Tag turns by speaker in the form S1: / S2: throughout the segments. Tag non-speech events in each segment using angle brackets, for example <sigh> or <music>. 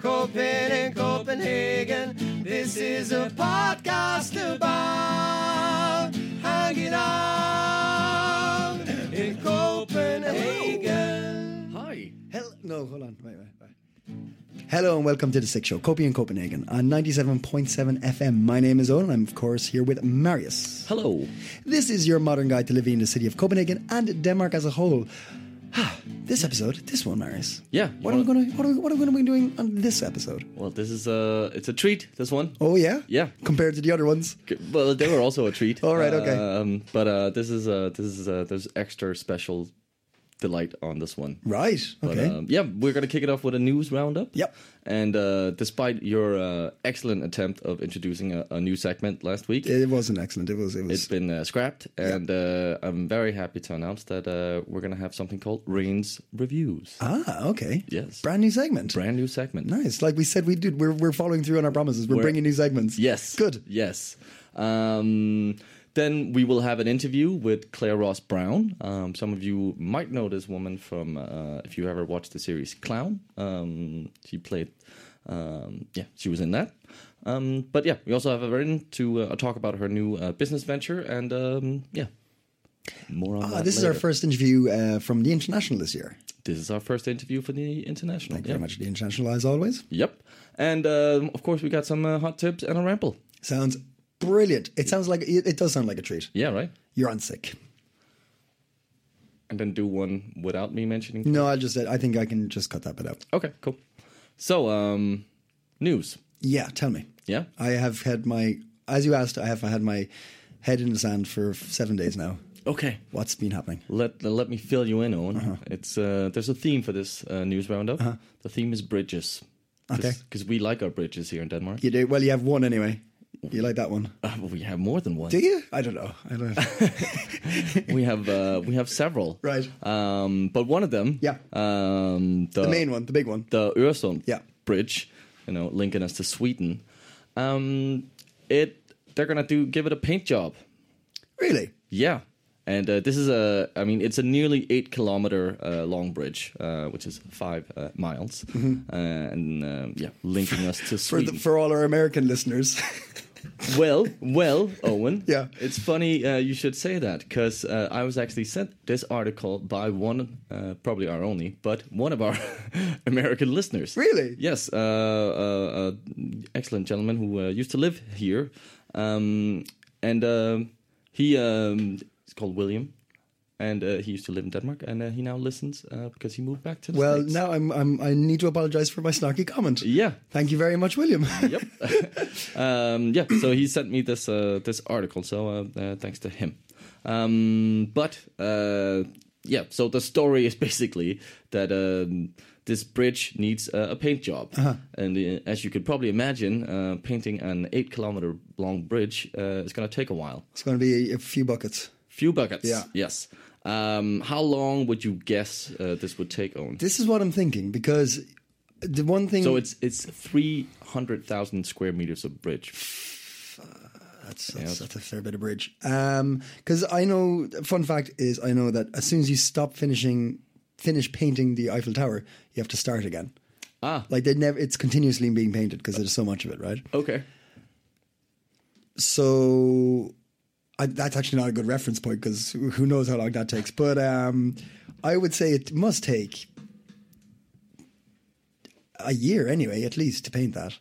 S1: Copen in Copenhagen. This is a podcast about hanging out in Copenhagen.
S2: Hi. Hello. No, hold on. Wait, wait, wait. Hello and welcome to the Sick Show, Copy in Copenhagen on 97.7 FM. My name is Owen and I'm, of course, here with Marius.
S3: Hello.
S2: This is your modern guide to living in the city of Copenhagen and Denmark as a whole. Ah, this episode, this one, Marius.
S3: Yeah.
S2: What are we going to what are, we- what are we going to be doing on this episode?
S3: Well, this is a it's a treat. This one.
S2: Oh yeah?
S3: Yeah.
S2: Compared to the other ones.
S3: G- Well, they were also a
S2: <laughs>
S3: treat.
S2: All right, okay.
S3: Um, but uh, this is uh this is uh there's extra special delight on this one.
S2: Right.
S3: But,
S2: Okay.
S3: um, yeah, we're gonna kick it off with a news roundup.
S2: Yep.
S3: And uh, despite your uh, excellent attempt of introducing a, a new segment last week,
S2: it wasn't excellent. It was it was
S3: it's been uh, scrapped, and uh, I'm very happy to announce that uh, we're gonna have something called Rain's Reviews.
S2: Ah, okay.
S3: Yes.
S2: Brand new segment.
S3: Brand new segment.
S2: Nice. Like we said we did. We're we're following through on our promises. We're,
S3: We're-
S2: bringing new segments.
S3: Yes.
S2: Good.
S3: Yes. Um, then we will have an interview with Claire Ross Brown. Um, some of you might know this woman from uh, if you ever watched the series Clown. Um, she played. Um, yeah, she was in that. Um, but yeah, we also have a Erin to uh, talk about her new uh, business venture and um, yeah, more on
S2: Ah,
S3: that
S2: this is our
S3: later.
S2: first interview uh, from the international this year.
S3: This is our first interview for the international.
S2: Thank you
S3: yeah.
S2: very much, the international as always.
S3: Yep, and um, of course we got some uh, hot tips and a ramble.
S2: Sounds brilliant. It sounds like it, it does sound like a treat.
S3: Yeah, right.
S2: You're on sick.
S3: And then do one without me mentioning
S2: No, I just said I think I can just cut that bit out.
S3: Okay, cool. So, um, news.
S2: Yeah, tell me.
S3: Yeah.
S2: I have had my as you asked. I have had my head in the sand for seven days now.
S3: Okay.
S2: What's been happening?
S3: Let let me fill you in, Owen.
S2: Uh-huh.
S3: It's uh, there's a theme for this uh, news roundup. The theme is bridges.
S2: Okay.
S3: Because we like our bridges here in Denmark.
S2: You do well. You have one anyway. You like that one?
S3: Uh, but we have more than one.
S2: Do you? I don't know. I
S3: <laughs>
S2: don't. Know.
S3: we have uh, we have several.
S2: <laughs> Right.
S3: Um, but one of them.
S2: Yeah.
S3: Um, the,
S2: the main one, the big one.
S3: the Öresund
S2: Yeah.
S3: bridge, you know, linking us to Sweden. Um, it they're gonna do give it a paint job.
S2: Really?
S3: Yeah, and uh, this is a, I mean, it's a nearly eight kilometer uh, long bridge, uh, which is five uh, miles, uh, and um, yeah, linking us to
S2: Mm-hmm. For
S3: Sweden.
S2: the, for all our American listeners.
S3: well, well, Owen.
S2: <laughs> Yeah.
S3: it's funny uh, you should say that because uh, I was actually sent this article by one, uh, probably our only, but one of our <laughs> American listeners.
S2: Really?
S3: Yes, uh, uh, uh, excellent gentleman who uh, used to live here, um, and um he um, he's called William, and uh, he used to live in Denmark, and uh, he now listens uh, because he moved back to the
S2: <laughs> well,
S3: States.
S2: now I'm, I'm I need to apologize for my snarky comment.
S3: yeah,
S2: Thank you very much, William. <laughs>
S3: yep, <laughs> um, yeah. So he sent me this uh, this article. So uh, uh, thanks to him. Um, but uh, yeah, so the story is <laughs> basically that um, this bridge needs uh, a paint job, and uh, as you could probably imagine, uh, painting an eight kilometer long bridge uh, is going to take a while.
S2: It's going to be a few buckets.
S3: Few buckets.
S2: Yeah.
S3: Yes. Um, how long would you guess uh, this would take? On
S2: This is what I'm thinking because the one thing.
S3: so it's it's three hundred thousand square meters of bridge.
S2: that's, that's, that's a fair bit of bridge. Because I know, fun fact is, I know that as soon as you stop finishing, finish painting the Eiffel Tower, you have to start again.
S3: Ah.
S2: Like they never, it's continuously being painted because there's so much of it, right?
S3: Okay.
S2: So I, that's actually not a good reference point because who knows how long that takes. But um, I would say it must take a year anyway, at least, to paint that.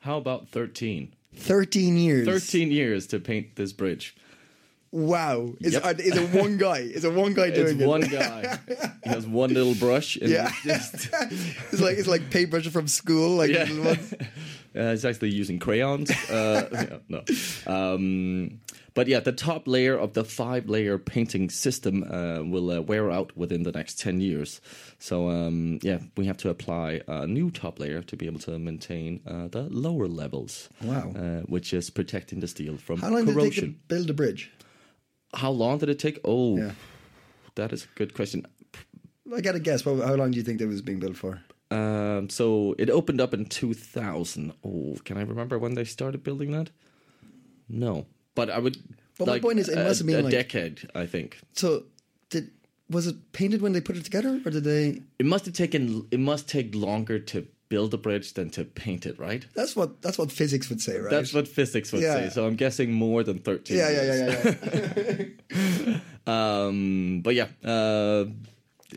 S3: How about thirteen?
S2: 13 years.
S3: 13 years to paint this bridge.
S2: Wow. Is,
S3: Yep.
S2: uh, is it one guy? Is it one guy doing
S3: It's
S2: it?
S3: one guy. He has one little brush. And
S2: Yeah.
S3: it's just,
S2: <laughs> It's like it's like paintbrush from school. Like
S3: Yeah.
S2: little
S3: <laughs>
S2: ones.
S3: Uh, he's actually using crayons. Uh, <laughs> yeah, no. Um, but yeah, the top layer of the five layer painting system uh, will uh, wear out within the next 10 years. So um, yeah, we have to apply a new top layer to be able to maintain uh, the lower levels.
S2: Wow.
S3: Uh, which is protecting the steel from
S2: How long did it take to
S3: corrosion.
S2: build a bridge?
S3: How long did it take? Oh,
S2: Yeah.
S3: that is a good question.
S2: I got to guess. But how long do you think that was being built for?
S3: Um, so it opened up in 2000. Oh, can I remember when they started building that? No, but I would.
S2: But my point is, it
S3: a-
S2: must have been
S3: a
S2: like-
S3: decade. I think
S2: So did was it painted when they put it together, or did they?
S3: it must have taken. It must take longer to build a bridge than to paint it, right?
S2: That's what that's what physics would say, right?
S3: That's what physics would
S2: Yeah.
S3: say. So I'm guessing more than 13.
S2: yeah, yeah,
S3: years.
S2: yeah, yeah.
S3: <laughs>
S2: yeah.
S3: Um, but yeah, uh,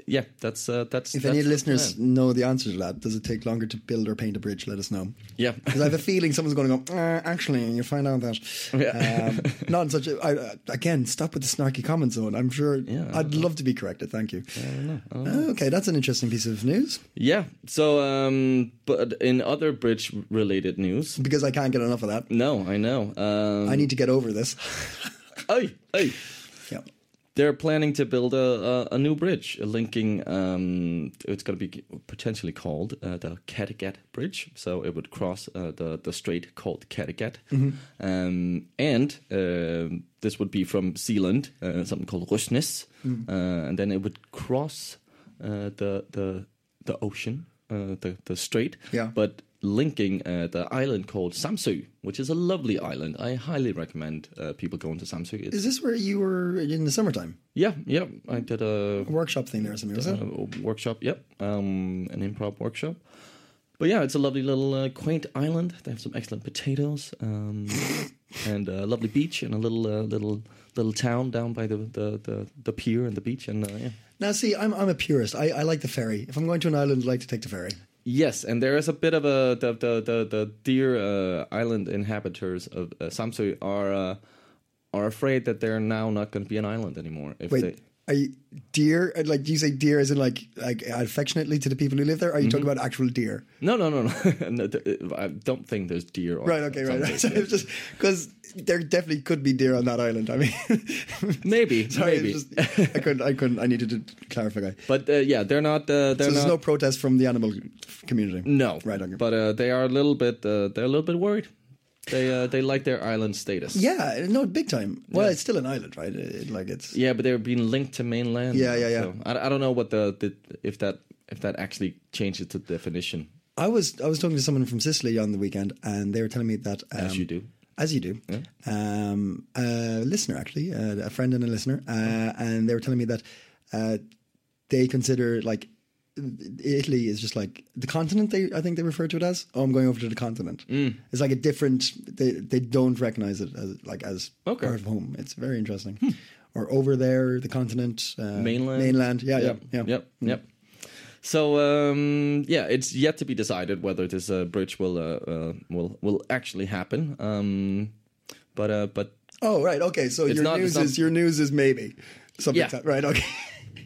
S3: yeah, that's uh, that's.
S2: if any
S3: that's the
S2: listeners
S3: plan.
S2: know the answer to that, does it take longer to build or paint a bridge? Let us know.
S3: yeah,
S2: Because I have a feeling someone's going to go. Uh, actually, and you find out that.
S3: Yeah. <laughs>
S2: Um, not in such. A, I, uh, again, stop with the snarky comment zone. I'm sure.
S3: Yeah, I
S2: I'd love to be corrected. Thank you. Okay, that's an interesting piece of news
S3: yeah. So, um, but in other bridge-related news,
S2: because I can't get enough of that.
S3: no, I know. Um,
S2: I need to get over
S3: <laughs>
S2: this.
S3: Hey, hey.
S2: Yeah.
S3: They're planning to build a, a, a new bridge linking. Um, it's going to be potentially called uh, the Kattegat Bridge, so it would cross uh, the the strait called Kattegat, um, and um this would be from Zealand, uh, something called Rusnes, uh, and then it would cross uh, the the the ocean, uh, the the strait,
S2: Yeah.
S3: but linking uh, the island called Samsu, which is a lovely island. I highly recommend uh, people going to Samsu. It's
S2: Is this where you were in the summertime?
S3: yeah, yeah. I did a,
S2: A workshop thing there or something, was
S3: a
S2: it?
S3: workshop. Yep, um, an improv workshop. But yeah, it's a lovely little uh, quaint island. They have some excellent potatoes, <laughs> um, and a lovely beach, and a little uh, little little town down by the the, the, the pier and the beach. And uh, yeah.
S2: Now, see, I'm, I'm a purist. I, I like the ferry. If I'm going to an island, I like to take the ferry.
S3: yes, and there is a bit of a the the the, the dear uh, island inhabitants of uh, Samsu are uh, are afraid that they're now not going to be an island anymore. If
S2: Wait,
S3: they,
S2: are you deer? uh, Like, do you say deer as in like like affectionately to the people who live there? Or are you
S3: Mm-hmm.
S2: talking about actual deer?
S3: no, no, no, no. <laughs> no th- I don't think there's deer. on
S2: Right. Okay. Right. <laughs>
S3: Samsø.
S2: right. So it's just because there definitely could be deer on that island. I mean, <laughs>
S3: Maybe,
S2: sorry,
S3: maybe.
S2: it's just- I couldn't. I couldn't. I needed to clarify.
S3: but uh, yeah, they're not. Uh,
S2: So
S3: they're
S2: there's
S3: not.
S2: no protest from the animal community.
S3: no,
S2: Right. Okay.
S3: But uh, they are a little bit. Uh, they're a little bit worried. They uh, they like their island status.
S2: yeah. No. Big time. Well, it's still an island, right? It, like it's.
S3: Yeah, but they're being linked to mainland.
S2: Yeah, yeah, yeah.
S3: So I, I don't know what the, the if that if that actually changes the definition.
S2: I was I was talking to someone from Sicily on the weekend, and they were telling me that um,
S3: As you do.
S2: as you do, um, a listener actually, uh, a friend and a listener, uh,
S3: Mm-hmm.
S2: and they were telling me that uh, they consider like Italy is just like the continent. They I think they refer to it as. Oh, I'm going over to the continent.
S3: Mm.
S2: It's like a different. They they don't recognize it as like as
S3: Okay. Hmm.
S2: part of home. It's very interesting. Or over there, the continent, uh,
S3: Mainland.
S2: mainland. Yeah, yeah,
S3: Yep.
S2: yeah. Mm.
S3: Yep. Yep. So um, yeah, it's yet to be decided whether this uh, bridge will uh, uh, will will actually happen. Um, but uh, but
S2: Oh, right. Okay. So your
S3: not-
S2: news
S3: it's not-
S2: is your news is maybe something.
S3: Yeah.
S2: that- right. Okay.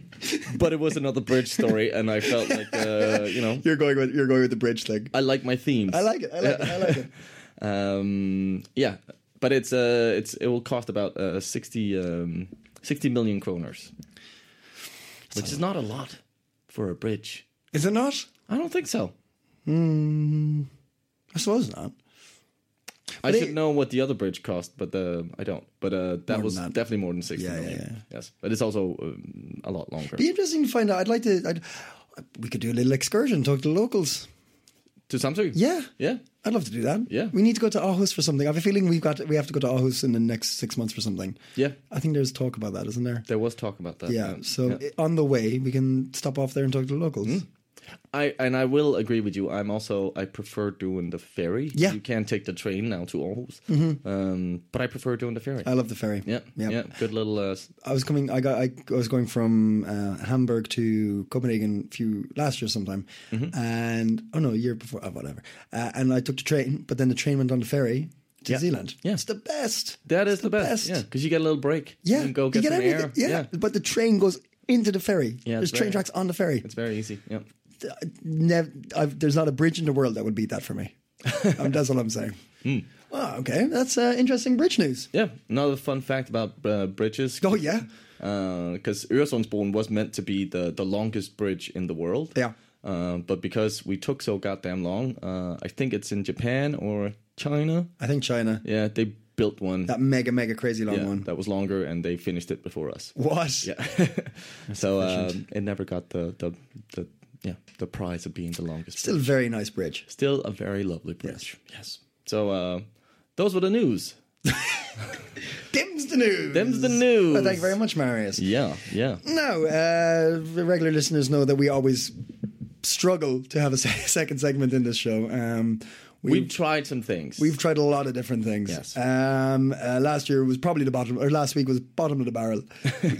S2: <laughs>
S3: but it was another bridge story, and I felt like uh, you know
S2: You're going with you're going with the bridge thing.
S3: I like my themes.
S2: I like it. I like it. I
S3: <laughs>
S2: like it.
S3: Um, yeah, but it's uh, it's it will cost about uh, 60, um, 60 million kroners, which is not a lot for a bridge.
S2: <laughs> Is it not?
S3: I don't think so.
S2: I suppose not.
S3: I
S2: But
S3: should
S2: it-
S3: know what the other bridge cost, but uh, I don't. But uh, that was
S2: that.
S3: definitely more than sixty
S2: Yeah,
S3: million.
S2: yeah,
S3: Yes, but it's also um, a lot longer
S2: Be interesting to find out. I'd like to. I'd, we could do a little excursion, talk to the locals.
S3: to Samsung.
S2: Yeah.
S3: yeah.
S2: I'd love to do that.
S3: Yeah.
S2: we need to go to Aarhus for something. I have a feeling we've got we have to go to Aarhus in the next six months for something.
S3: Yeah.
S2: I think there's talk about that, isn't there?
S3: There was talk about that.
S2: Yeah. Hmm. So i- on the way, we can stop off there and talk to the locals.
S3: I and I will agree with you. I'm also I prefer doing the ferry.
S2: Yeah. Mm-hmm.
S3: you can take the train now to Aarhus, um, but I prefer doing the ferry.
S2: I love the ferry.
S3: yeah, yeah, good little. Uh, s-
S2: I was coming. I got. I, I was going from uh, Hamburg to Copenhagen few last year sometime,
S3: Mm-hmm.
S2: and oh no, year before, oh, whatever. Uh, and I took the train, but then the train went on the ferry, to
S3: Yeah.
S2: Zealand.
S3: Yeah.
S2: It's the best.
S3: That is
S2: It's
S3: the, best. Yeah, because you get a little break.
S2: Yeah,
S3: you can go get,
S2: you
S3: some
S2: everything.
S3: air.
S2: Yeah. but the train goes into the ferry.
S3: Yeah,
S2: there's
S3: it's
S2: train
S3: very-
S2: tracks on the ferry.
S3: it's very easy. Yeah,
S2: Nev- I've, there's not a bridge in the world that would beat that for
S3: <laughs>
S2: me. um, that's all I'm saying.
S3: Hmm.
S2: Wow, okay, that's uh, interesting bridge news.
S3: yeah. Another fun fact about uh, bridges.
S2: Oh yeah,
S3: because Øresundsbroen was meant to be the, the longest bridge in the world.
S2: Yeah.
S3: Uh, but because we took so goddamn long, uh, I think it's in Japan or China.
S2: I think China.
S3: Yeah, they built one
S2: That mega mega crazy long
S3: yeah,
S2: one.
S3: that was longer, and they finished it before us.
S2: what?
S3: Yeah.
S2: <laughs>
S3: so um, it never got the, the the yeah the prize of being the longest.
S2: Still very nice bridge.
S3: Still a very lovely bridge. Yes. So uh, those were the news.
S2: Them's the news.
S3: Them's the news.
S2: Oh, thank you very much, Mm. Marius.
S3: Yeah, yeah.
S2: No, uh, the regular listeners know that we always struggle to have a se- <laughs> second segment in this show. Um, we,
S3: We've
S2: have
S3: tried some things.
S2: we've tried a lot of different things.
S3: Yes.
S2: Um, uh, last year was probably the bottom, or last week was bottom of the
S3: <laughs>
S2: barrel.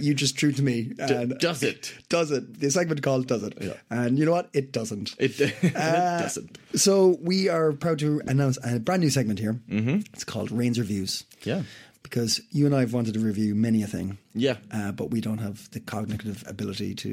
S2: you just threw to me. And
S3: does it?
S2: Does it? The segment called "Does It?" And you know what? It doesn't.
S3: It, <laughs> it
S2: Uh,
S3: doesn't.
S2: So we are proud to announce a brand new segment here. Mm-hmm. It's called Rains Reviews.
S3: Yeah.
S2: Because you and I have wanted to review many a thing.
S3: Yeah.
S2: Uh, but we don't have the cognitive ability to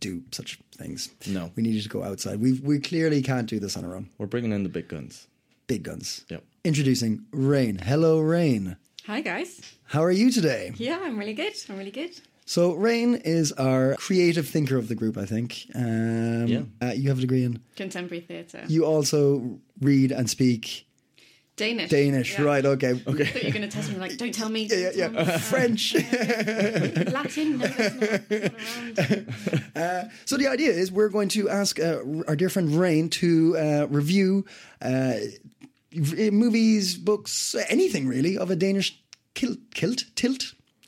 S2: do such things.
S3: No.
S2: We needed to go outside. We we clearly can't do this on our own.
S3: We're bringing in the big guns.
S2: Big guns.
S3: Yep.
S2: Introducing Rain. Hello, Rain.
S4: Hi guys.
S2: How are you today?
S4: Yeah, I'm really good. I'm really good.
S2: So Rain is our creative thinker of the group, I think. Um,
S3: Yeah.
S2: uh, you have a degree in.
S4: Contemporary theatre.
S2: You also read and speak
S4: Danish.
S2: Danish,
S4: Yeah.
S2: right? Okay.
S4: I thought you were going to test me like, don't tell me.
S2: Yeah, yeah,
S4: don't
S2: yeah.
S4: tell me."
S2: French. <laughs>
S4: Latin. No, that's not, that's not around.
S2: So the idea is we're going to ask uh, our dear friend Rain to uh, review uh, v- movies, books, anything really of a Danish kilt, kilt, tilt,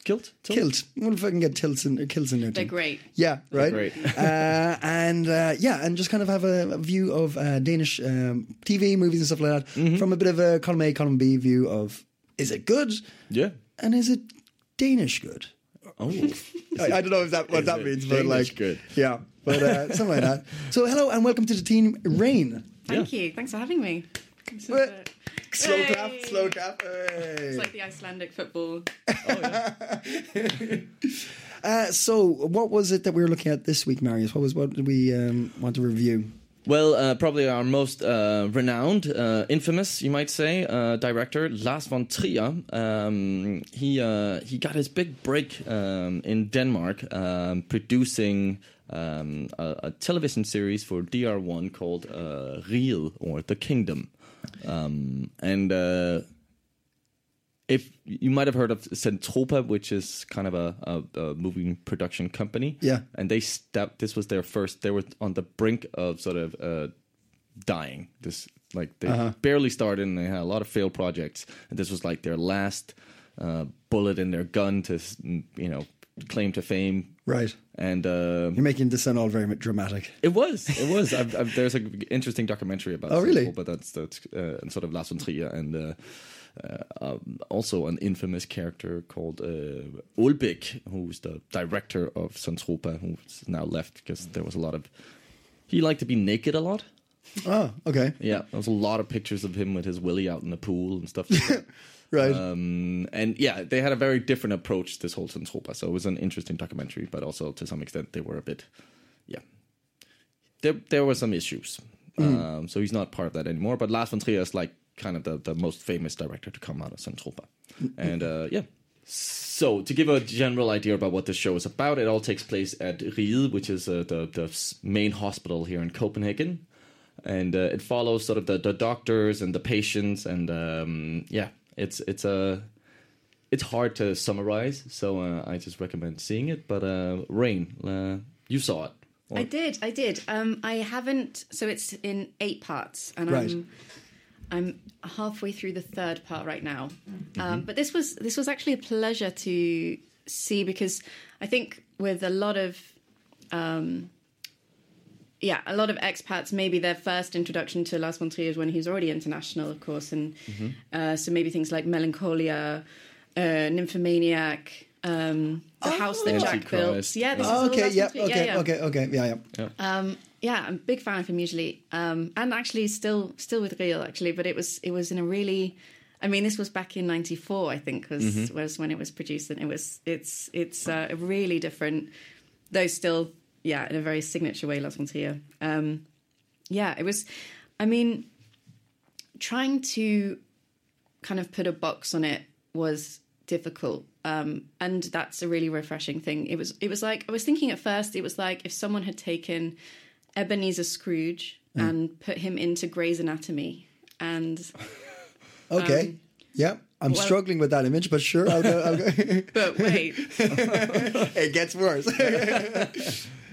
S3: Kilt? Tilt?
S2: kilt. What if I can get tilts in kilts in there?
S4: They're
S2: too.
S4: great.
S2: Yeah, right.
S3: great.
S2: <laughs> uh, and uh, yeah, and just kind of have a, a view of uh, Danish um, TV, movies, and stuff like that
S4: Mm-hmm.
S2: from a bit of a column A, column B view of is it good
S3: Yeah.
S2: and is it Danish good? <laughs>
S3: Oh.
S2: I, I don't know if that what
S3: is
S2: that
S3: it
S2: means, but
S3: Danish
S2: like,
S3: good?
S2: yeah, but uh, <laughs> something like that. So, hello and welcome to the team, Rain.
S4: Thank you. Thanks for having me. This is,
S2: What?
S4: uh,
S2: Slow
S4: Hey.
S2: clap, slow clap. hey.
S4: it's like the Icelandic football.
S2: Uh, so, what was it that we were looking at this week, Marius? What was what did we um, want to review?
S3: well, uh, probably our most uh, renowned, uh, infamous, you might say, uh, director Lars von Trier. Um, he uh, he got his big break um, in Denmark, um, producing um, a, a television series for DR1 called uh, Riel or The Kingdom, um, and. Uh, if you might have heard of Centropa, which is kind of a, a, a movie production company,
S2: Yeah.
S3: and they stepped. This was their first. They were on the brink of sort of uh, dying. This like they
S2: Uh-huh.
S3: barely started, and they had a lot of failed projects, and this was like their last uh, bullet in their gun to s- m- you know claim to fame,
S2: Right,
S3: and. Uh,
S2: you're making this sound all very dramatic.
S3: it was. It was. I've, I've, there's an interesting documentary about.
S2: Oh,
S3: Singapore,
S2: really?
S3: But that's that's uh, and sort of Lars von Trier and uh, uh, um, also an infamous character called uh, Ulbeck, who's the director of Santropa, who's now left because there was a lot of. He liked to be naked a lot.
S2: Oh, okay,
S3: Yeah, there was a lot of pictures of him with his willy out in the pool and stuff. <laughs> Like that.
S2: right.
S3: Um, and yeah, they had a very different approach to this whole Santropa. So it was an interesting documentary, but also to some extent they were a bit, yeah, there there were some issues. Um, so he's not part of that anymore. But Lars von Trier is like kind of the, the most famous director to come out of Santropa, and uh, yeah. So to give a general idea about what this show is about, it all takes place at Riel, which is uh, the the s- main hospital here in Copenhagen, and uh, it follows sort of the, the doctors and the patients, and um, yeah, it's it's a it's hard to summarize. So uh, I just recommend seeing it. But uh, Rain, uh, you saw it. Or-
S4: I did. I did. Um, I haven't. So it's in eight parts, and
S2: Right.
S4: I'm I'm halfway through the third part right now.
S3: Mm-hmm.
S4: Um, but this was this was actually a pleasure to see because I think with a lot of um, yeah, a lot of expats maybe their first introduction to Lars von Trier is when he's already international, of course, and
S3: Mm-hmm.
S4: uh, so maybe things like Melancholia, uh, Nymphomaniac. Um, the house that Jack
S3: Antichrist.
S4: built. Yeah, this is all
S2: Oh. okay,
S4: Lars
S2: yeah,
S4: von Trier.
S2: okay, okay, okay, yeah, yeah.
S4: Um, yeah, I'm a big fan of him usually, um, and actually still still with Real actually, but it was it was in a really I mean, this was back in '94, I think, was was when it was produced, and it was it's it's uh, really different, though still, yeah, in a very signature way, La Frontier. Um, yeah, it was. I mean, trying to kind of put a box on it was difficult um, and that's a really refreshing thing it was it was like i was thinking at first it was like if someone had taken ebenezer scrooge and put him into gray's anatomy and
S2: Okay. yeah. I'm
S4: well-
S2: struggling with that image, but sure, I'll go. I'll go.
S4: but wait
S2: <laughs> it gets worse.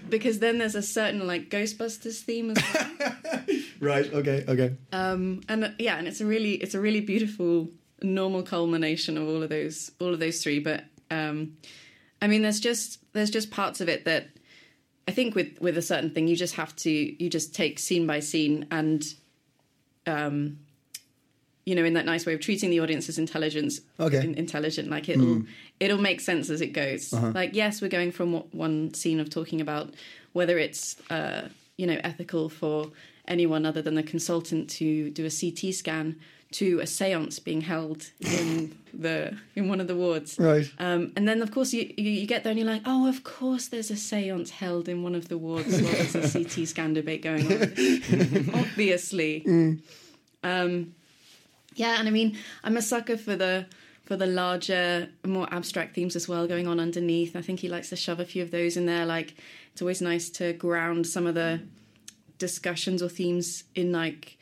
S4: because then there's a certain like ghostbusters theme as well
S2: <laughs> right. Okay. Okay.
S4: and uh, yeah and it's a really it's a really beautiful normal culmination of all of those all of those three but um i mean there's just there's just parts of it that i think with with a certain thing you just have to you just take scene by scene and um you know in that nice way of treating the audience's intelligence
S2: Okay.
S4: in- intelligent like it'll it'll make sense as it goes like yes we're going from what, one scene of talking about whether it's uh you know ethical for anyone other than the consultant to do a ct scan to a seance being held in the in one of the wards
S2: Right.
S4: um, and then, of course, you, you, you get there and you're like, oh, of course, there's a seance held in one of the wards while there's a CT scan debate going on. Obviously. Um, yeah, and I mean, I'm a sucker for the for the larger, more abstract themes as well going on underneath. I think he likes to shove a few of those in there. Like, it's always nice to ground some of the discussions or themes in like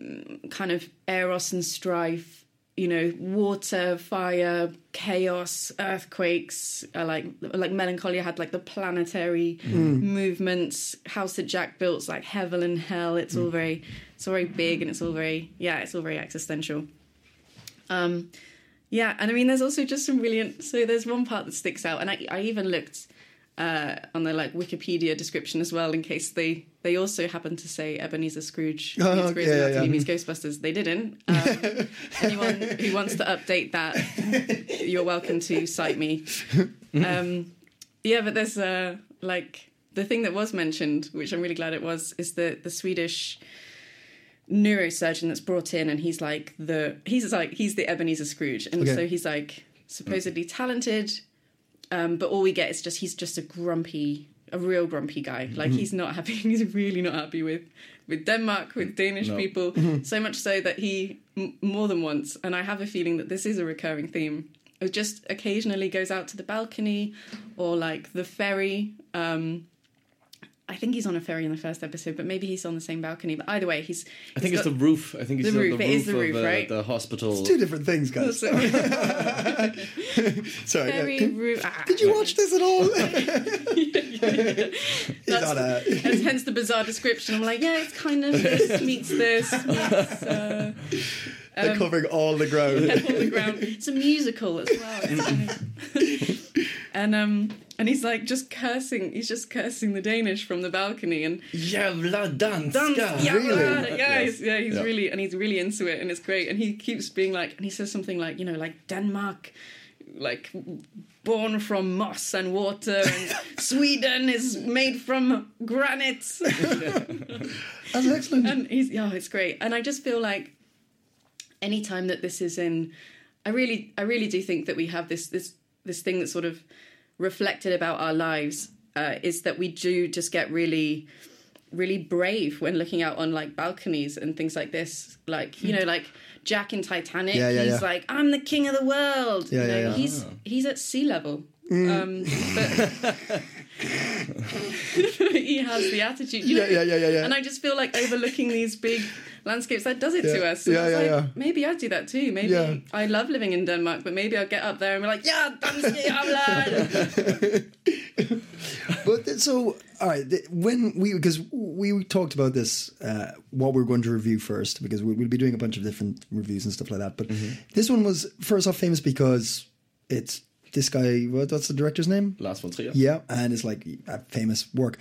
S4: mm, kind of eros and strife you know water fire chaos earthquakes uh, like like melancholia had like the planetary movements house that jack built's like heaven and hell it's all very it's all very big and it's all very yeah it's all very existential um yeah and i mean there's also just some brilliant so there's one part that sticks out and i, I even looked uh, on the like Wikipedia description as well, in case they they also happen to say Ebenezer Scrooge
S2: <laughs> Oh,
S4: meets Grey's
S2: yeah,
S4: Anatomy
S2: yeah.
S4: meets Ghostbusters. They didn't.
S2: <laughs>
S4: Um, anyone who wants to update that, you're welcome to cite me. Um, yeah, but there's uh, like the thing that was mentioned, which I'm really glad it was, is the the Swedish neurosurgeon that's brought in, and he's like the he's like he's the Ebenezer Scrooge, and
S2: Okay.
S4: so he's like supposedly talented, um, but all we get is just he's just a grumpy, a real grumpy guy. Like
S5: Mm-hmm.
S4: he's not happy. <laughs> He's really not happy with with Denmark, with Danish
S5: No. <laughs> Mm-hmm.
S4: people. So much so that he m- more than once, and I have a feeling that this is a recurring theme. It just occasionally goes out to the balcony or like the ferry. Um, I think he's on a ferry in the first episode, but maybe he's on the same balcony. But either way, he's.
S5: I think it's the roof. I think it's
S4: The
S5: on
S4: roof,
S5: the
S4: it
S5: roof,
S4: is the
S5: of
S4: roof,
S5: uh,
S4: right?
S5: the hospital.
S2: Two different things, <laughs> guys.
S4: the
S2: <laughs> Sorry. yeah.
S4: ferry
S2: Can-
S4: roof. Ah.
S2: Did you watch this at
S4: <laughs>
S2: all? It's not a.
S4: And hence the bizarre description. I'm like, yeah, it's kind of
S5: <laughs>
S4: this meets this meets uh,
S2: They're
S4: um,
S2: covering all the ground.
S4: all the ground. It's a musical as well. It's kind of- <laughs> and um, and he's like just cursing. He's just cursing the Danish from the balcony, and
S5: Jävla
S4: dance.
S5: danska.
S4: Yeah,
S2: Really?
S4: yeah, yeah, he's, yeah, he's
S5: Yeah.
S4: really and he's really into it, and it's great. And he keeps being like, and he says something like, you know, like Denmark, like born from moss and water, and Sweden is made from granite.
S2: That's excellent.
S4: And he's yeah, it's great. And I just feel like any time that this is in, I really, I really do think that we have this this this thing that's sort of reflected about our lives uh, is that we do just get really really brave when looking out on like balconies and things like this like you know like jack in titanic
S2: Yeah, yeah,
S4: he's
S2: yeah.
S4: like i'm the king of the world
S2: Yeah,
S4: you know,
S2: yeah, Mm. yeah.
S4: he's he's at sea level um but <laughs> he has the attitude you know,
S2: Yeah, yeah, yeah, yeah, yeah.
S4: and I just feel like overlooking these big landscapes that does it to
S2: Yeah.
S4: us. And
S2: Yeah,
S4: it's
S2: yeah,
S4: like,
S2: yeah.
S4: Maybe I do that too. Maybe
S2: Yeah.
S4: I love living in Denmark, but maybe I'll get up there and be like, yeah, danske jamler."
S2: But th- so, all right, th- when we because we talked about this, uh, what we're going to review first, because we, we'll be doing a bunch of different reviews and stuff like that. But
S4: Mm-hmm.
S2: this one was first off famous because it's this guy. What, what's the director's name?
S5: Lars von Trier.
S2: Yeah, and it's like a famous work.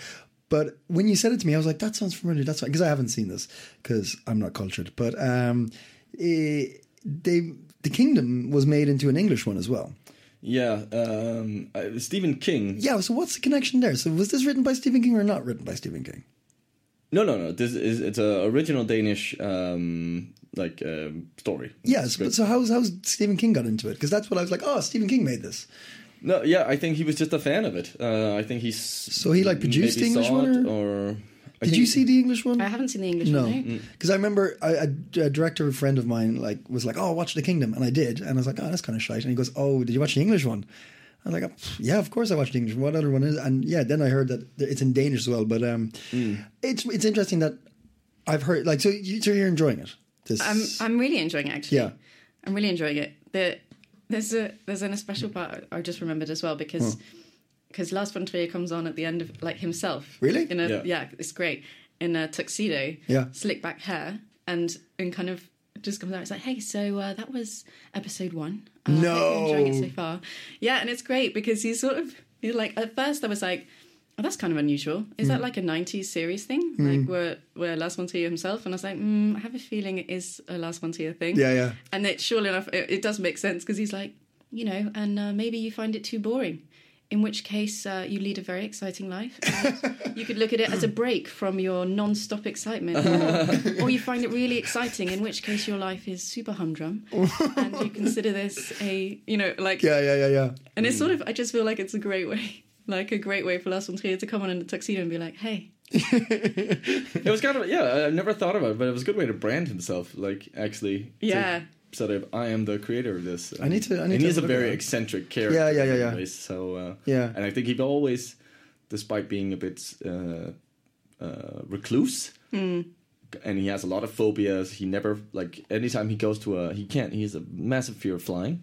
S2: But when you said it to me, I was like, "That sounds familiar." That's because I haven't seen this because I'm not cultured. But um, eh, they the kingdom was made into an English one as well.
S5: Yeah, um, uh, Stephen King.
S2: Yeah. So what's the connection there? So was this written by Stephen King or not written by Stephen King?
S5: No, no, no. This is it's a original Danish um,
S3: like um, story.
S2: Yes,
S3: Good.
S2: but so how's how's Stephen King got into it? Because that's what I was like. Oh, Stephen King made this.
S3: No, yeah, I think he was just a fan of it. Uh, I think he's so
S2: he, like, produced the English one,
S3: or, I
S2: Did
S3: think-
S2: you see the English one?
S4: <laughs> I haven't seen the English
S2: No,
S4: one. eh?
S3: Mm.
S4: No.
S2: because I remember I, a, a director friend of mine like was like, "Oh, watch The Kingdom," and I did, and I was like, "Oh, that's kind of shite." And he goes, "Oh, did you watch the English one?" I was like, "Oh, "Yeah, of course I watched the English. one. What other one is?" And yeah, then I heard that th- it's in Danish as well. But um,
S3: Mm.
S2: it's it's interesting that I've heard like so, you, so you're enjoying it. This
S4: I'm I'm really enjoying it actually.
S2: Yeah.
S4: I'm really enjoying it. The, there's a there's an especial part I just remembered as well because
S2: Hmm.
S4: because Lars von Trier comes on at the end of like himself.
S2: Really?
S4: In a
S3: Yeah.
S4: yeah. it's great. In a tuxedo.
S2: Yeah.
S4: Slick back hair and and kind of just comes out. It's like, hey, so uh, that was episode one. Uh, hope you're enjoying
S2: No.
S4: it so far. Yeah, and it's great because he's sort of you know, like at first I was like. Oh, that's kind of unusual. Is
S2: Hmm.
S4: that like a '90s series thing, like where where Lars von Trier himself? And I was like, mm, I have a feeling it is a Lars von Trier thing.
S2: Yeah, yeah.
S4: And it, sure enough, it, it does make sense because he's like, you know, and uh, maybe you find it too boring, in which case uh, you lead a very exciting life. And you could look at it as a break from your
S2: <laughs>
S4: non-stop excitement, or, or you find it really exciting, in which case your life is super humdrum, and you consider this a, you know, like
S2: yeah, yeah, yeah, yeah.
S4: and it's sort of, I just feel like it's a great way, <laughs> like a great way for Lars von Trier to come on in a tuxedo and be like, hey,
S3: It was kind of yeah. I- I've never thought about it, but it was a good way to brand himself. Like actually, to
S4: Yeah.
S3: Sort of, I am the creator of this. And,
S2: need to- I need
S3: and
S2: to
S3: he's a
S2: look at
S3: very
S2: that.
S3: eccentric character.
S2: Yeah, yeah, yeah, yeah.
S3: anyways, so uh,
S2: Yeah.
S3: and I think he always, despite being a bit uh, uh, recluse.
S4: Hmm.
S3: And he has a lot of phobias. He never like anytime he goes to a he can't. He has a massive fear of flying,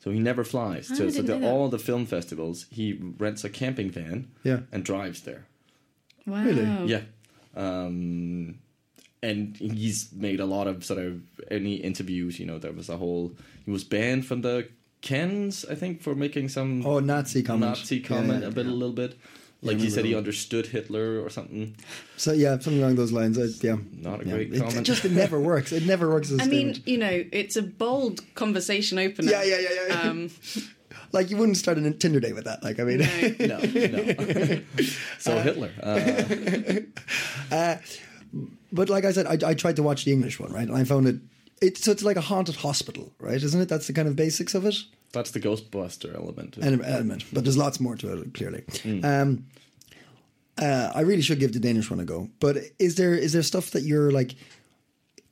S3: so he never flies.
S4: Ah,
S3: so
S4: I
S3: so
S4: didn't
S3: the,
S4: know that.
S3: all the film festivals, he rents a camping van
S2: Yeah.
S3: and drives there.
S4: wow,
S3: Yeah. Um, and he's made a lot of sort of any interviews, you know, there was a whole he was banned from the Kens, I think, for making some
S2: Oh, Nazi comment.
S3: Nazi
S2: Yeah,
S3: comment
S2: yeah,
S3: a bit
S2: yeah.
S3: a little bit. Like he said he understood Hitler or
S2: <laughs>
S3: something.
S2: So yeah, something along those lines. I, yeah,
S3: Not a
S2: yeah.
S3: great
S2: It- It,
S3: comment.
S2: just it never works. It never works as a
S4: I mean,
S2: statement.
S4: you know, it's a bold conversation opener.
S2: Yeah, yeah, yeah, yeah.
S4: Um,
S2: like you wouldn't start a Tinder date with that. Like I mean.
S4: no.
S3: No, no. <laughs> so Hitler. Uh,
S2: <laughs> but like I said, I, I tried to watch the English one, right? And I found it. It, so it's like a haunted hospital, right? Isn't it? That's the kind of basics of it,
S3: that's the Ghostbuster element.
S2: and an element. But there's lots more to it, clearly. Um, uh, I really should give the Danish one a go. But is there is there stuff that you're like?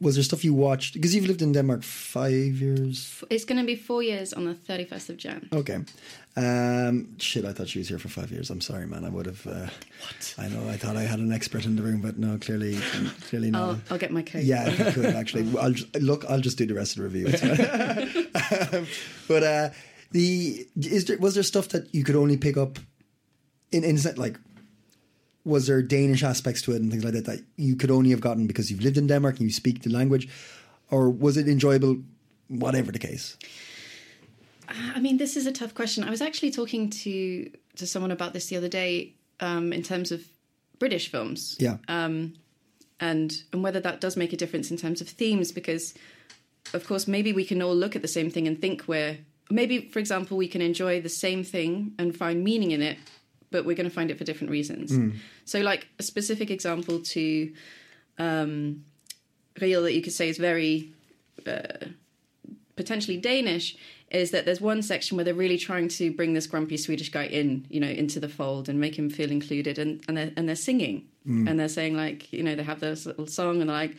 S2: Was there stuff you watched? Because you've lived in Denmark five years.
S4: It's going to be four years on the 31st of Jan.
S2: Okay. Um, shit, I thought she was here for five years. I'm sorry, man. I would have. Uh, what? I know. I thought I had an expert in the room, but no, clearly, clearly not.
S4: I'll, I'll get my coat.
S2: Oh. Yeah, if you <laughs> could actually. I'll just, look. I'll just do the rest of the review. <laughs> It's fine. Um, but uh, the is there was there stuff that you could only pick up in in that, like was there Danish aspects to it and things like that that you could only have gotten because you've lived in Denmark and you speak the language, or was it enjoyable? Whatever the case,
S4: Ah, I mean, this is a tough question. I was actually talking to to someone about this the other day um, in terms of British films
S2: yeah,
S4: and and whether that does make a difference in terms of themes because of course maybe we can all look at the same thing and think we're maybe for example we can enjoy the same thing and find meaning in it but we're going to find it for different reasons
S2: Hmm.
S4: so like a specific example to um real that you could say is very uh, potentially danish is that there's one section where they're really trying to bring this grumpy swedish guy in you know into the fold and make him feel included and and they're, and they're singing and they're saying like you know they have this little song and like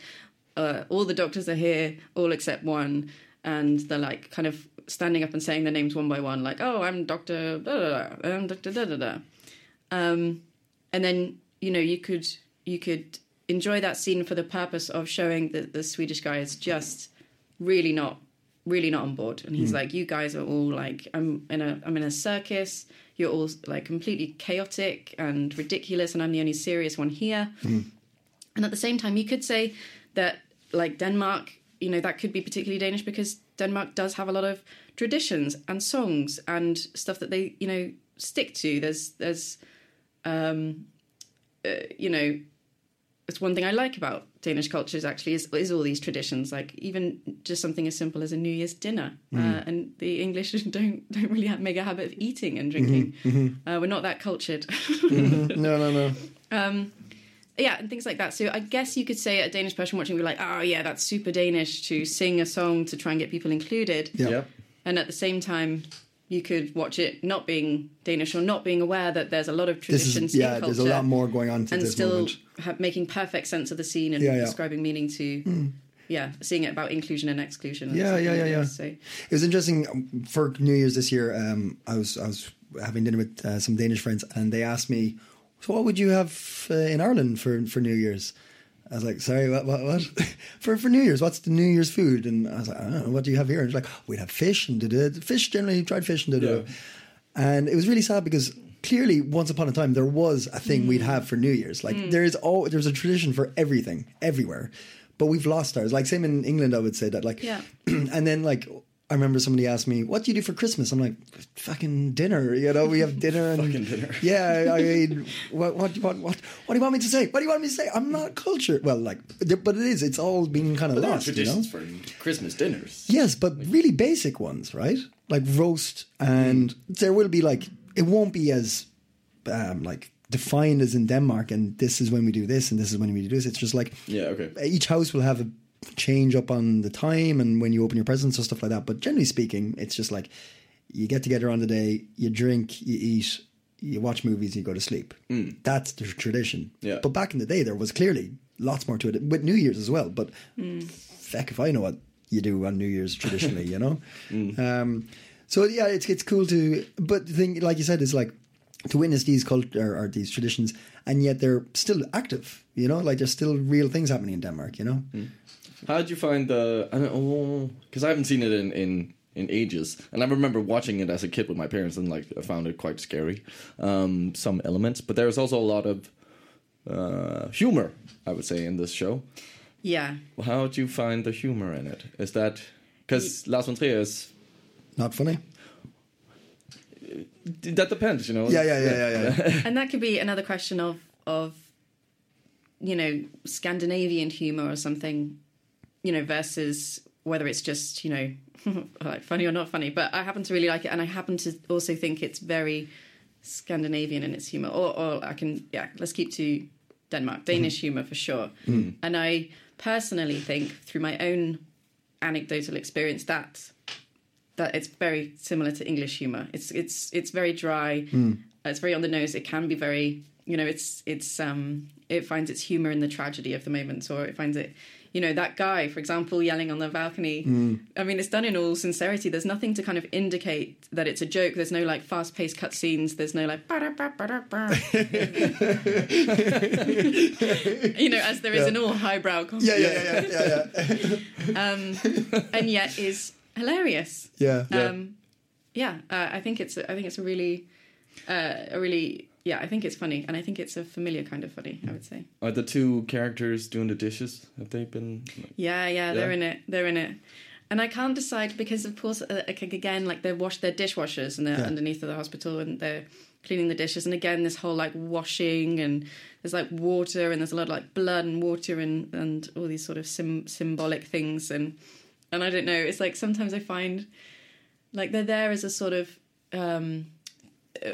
S4: uh, all the doctors are here all except one and they're like kind of standing up and saying their names one by one like oh i'm doctor da da da i'm doctor da da da um, and then you know you could you could enjoy that scene for the purpose of showing that the Swedish guy is just really not really not on board, and he's like, you guys are all like, I'm in a I'm in a circus. You're all like completely chaotic and ridiculous, and I'm the only serious one here. And at the same time, you could say that, like Denmark, you know, that could be particularly Danish because Denmark does have a lot of traditions and songs and stuff that they, you know, stick to. There's, there's, um, uh, you know, it's one thing I like about Danish cultures actually is, is all these traditions, like even just something as simple as a New Year's dinner.
S2: Mm.
S4: Uh, and the English <laughs> don't don't really ha- make a habit of
S2: Mm-hmm, Mm.
S4: eating and drinking. Uh, we're not that cultured.
S2: no, no, no.
S4: <laughs> yeah, and things like that. So I guess you could say a Danish person watching would be like, oh, yeah, that's super Danish to sing a song to try and get people included.
S2: Yeah.
S5: Yeah.
S4: And at the same time, you could watch it not being Danish or not being aware that there's a lot of
S2: This is-
S4: traditions.
S2: yeah,
S4: in
S2: there's
S4: culture
S2: a lot more going on to
S4: and
S2: this
S4: still
S2: moment.
S4: ha- making perfect sense of the scene and
S2: Yeah, yeah.
S4: ascribing meaning to, yeah, seeing it about inclusion and exclusion. and
S2: Yeah,
S4: stuff
S2: yeah,
S4: like
S2: yeah, yeah.
S4: this. So
S2: It was interesting um, for New Year's this year. Um, I was I was having dinner with uh, some Danish friends, and they asked me, "So what would you have uh, in Ireland for for New Year's?" I was like, "Sorry, what? What? what? <laughs> for for New Year's? What's the New Year's food?" And I was like, "I don't know. What do you have here?" And they're like, "We'd have fish and da fish generally tried fish and da And it was really sad because clearly, once upon a time, there was a thing we'd have for New Year's.
S4: Mm.
S2: Like there is all there's a tradition for everything, everywhere. But we've lost ours. Like same in England, I would say that. Like,
S4: Yeah.
S2: <clears throat> and then like. I remember somebody asked me, "What do you do for Christmas?" I'm like, "Fucking dinner, you know. We
S5: <laughs>
S2: have dinner and
S5: Fucking dinner.
S2: <laughs> Yeah,
S5: <laughs>
S2: I mean, what, what, what, what, what do you want me to say? What do you want me to say? I'm not cultured. Well, like, but it is. It's all been kind of
S5: There are
S2: lost, you know.
S5: traditions for Christmas dinners.
S2: Yes, but really basic ones, right? Like roast, and
S5: Mm.
S2: there will be like it won't be as um, like defined as in Denmark, and this is when we do this, and this is when we do this. It's just like
S5: Yeah, okay.
S2: each house will have a change up on the time and when you open your presents or stuff like that. But generally speaking, it's just like you get together on the day, you drink, you eat, you watch movies, you go to sleep. That's the tradition.
S5: Yeah.
S2: But back in the day, there was clearly lots more to it with New Year's as well. But feck if I know what you do on New Year's traditionally, you
S5: <laughs>
S2: know.
S5: Mm.
S2: Um, so yeah, it's it's cool to, but the thing, like you said, is like to witness these culture or these traditions, and yet they're still active. You know, like there's still real things happening in Denmark. You know,
S5: Mm. How did you find the? I don't because I haven't seen it in in in ages, and I remember watching it as a kid with my parents, and like I found it quite scary. Um, some elements, but there was also a lot of uh, humor. I would say in this show.
S4: yeah,
S5: How do you find the humor in it? Is that because Lars von Trier is?
S2: not funny.
S5: That depends, you know.
S2: Yeah, yeah, yeah, yeah,
S5: <laughs>
S2: yeah.
S4: <laughs> and that could be another question of of you know Scandinavian humor or something, you know, versus whether it's just you know <laughs> like funny or not funny. But I happen to really like it, and I happen to also think it's very Scandinavian in its humor. Or, or I can yeah, let's keep to Denmark, Danish humor for sure. And I personally think through my own anecdotal experience that that it's very similar to English humor. It's it's it's very dry.
S2: Hmm.
S4: It's very on the nose. It can be very you know it's it's um it finds its humor in the tragedy of the moment, or it finds it you know that guy for example yelling on the balcony.
S2: Hmm.
S4: I mean, it's done in all sincerity. There's nothing to kind of indicate that it's a joke. There's no like fast paced cut scenes. There's no like "Ba-da, ba-ba-da,
S2: <laughs>
S4: ba." <laughs> you know as there is in all highbrow comedy,
S2: Yeah, yeah, yeah, yeah, yeah, yeah.
S4: and yet is hilarious.
S2: yeah.
S4: um, yeah, uh, I think it's I think it's a really uh, a really yeah I think it's funny and I think it's a familiar kind of funny I would say
S5: Are the two characters doing the dishes? Have they been?
S4: yeah yeah they're
S5: Yeah.
S4: in it they're in it and I can't decide because of course uh, like, again like they're wash they're dishwashers and they're underneath of the hospital and they're cleaning the dishes and again this whole like washing and there's like water and there's a lot of like blood and water and and all these sort of sim- symbolic things and and I don't know it's like sometimes I find like they're there as a sort of um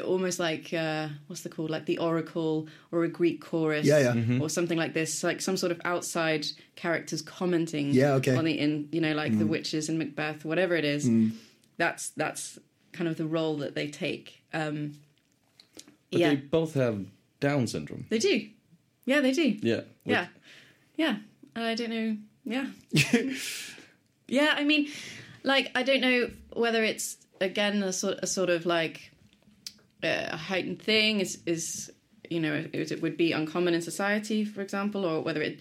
S4: almost like uh what's the called like the oracle or a greek chorus
S2: Yeah, Mm-hmm. yeah.
S4: or something like this like some sort of outside characters commenting
S2: Yeah, okay. Mm-hmm. Mm.
S4: on the in you know like the witches in macbeth whatever it is that's that's kind of the role that they take um
S5: But
S4: yeah
S5: they
S4: they...
S5: both have Down syndrome.
S4: do yeah they do
S5: Yeah. Which-
S4: yeah yeah and i don't know
S2: <laughs>
S4: yeah yeah i mean like i don't know whether it's again a sort, a sort of like uh, a heightened thing is is you know it, it would be uncommon in society for example or whether it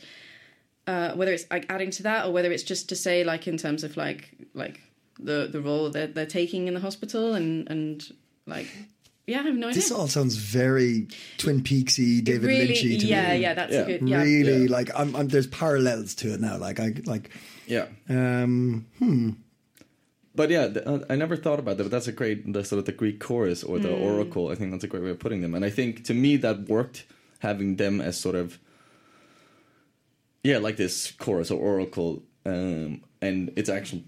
S4: uh, whether it's like adding to that or whether it's just to say like in terms of like like the the role that they're taking in the hospital and and like yeah i have no idea
S2: This all sounds very Twin Peaksy, David
S4: really
S2: Lynchy to
S4: yeah
S2: me.
S4: yeah that's
S5: Yeah.
S4: a good yeah
S2: really,
S5: Yeah.
S2: like I'm, I'm. There's parallels to it now. Like I like.
S5: Yeah.
S2: Um,
S5: But yeah, th- uh, I never thought about that. But that's a great the sort of the Greek chorus or the oracle. I think that's a great way of putting them. And I think to me that worked having them as sort of yeah, like this chorus or oracle. Um, and it's actually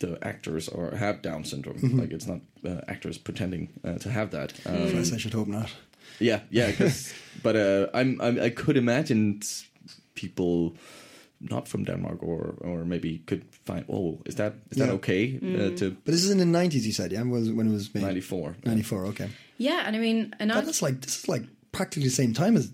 S5: the actors
S2: Mm.
S5: are have Down syndrome. Like it's not uh, actors pretending uh, to have that. Um,
S2: I should hope not.
S5: Yeah, yeah. 'cause- but uh, I'm, I'm I could imagine s- people not from Denmark or or maybe could find. Oh, is that is that
S2: Yeah.
S5: okay uh, to
S2: But this is in the nineties, you said, yeah, was when it was made.
S5: 94?
S2: Ninety four. Okay.
S4: Um, Yeah, and I mean, and
S2: God,
S4: I,
S2: that's like this is like practically the same time as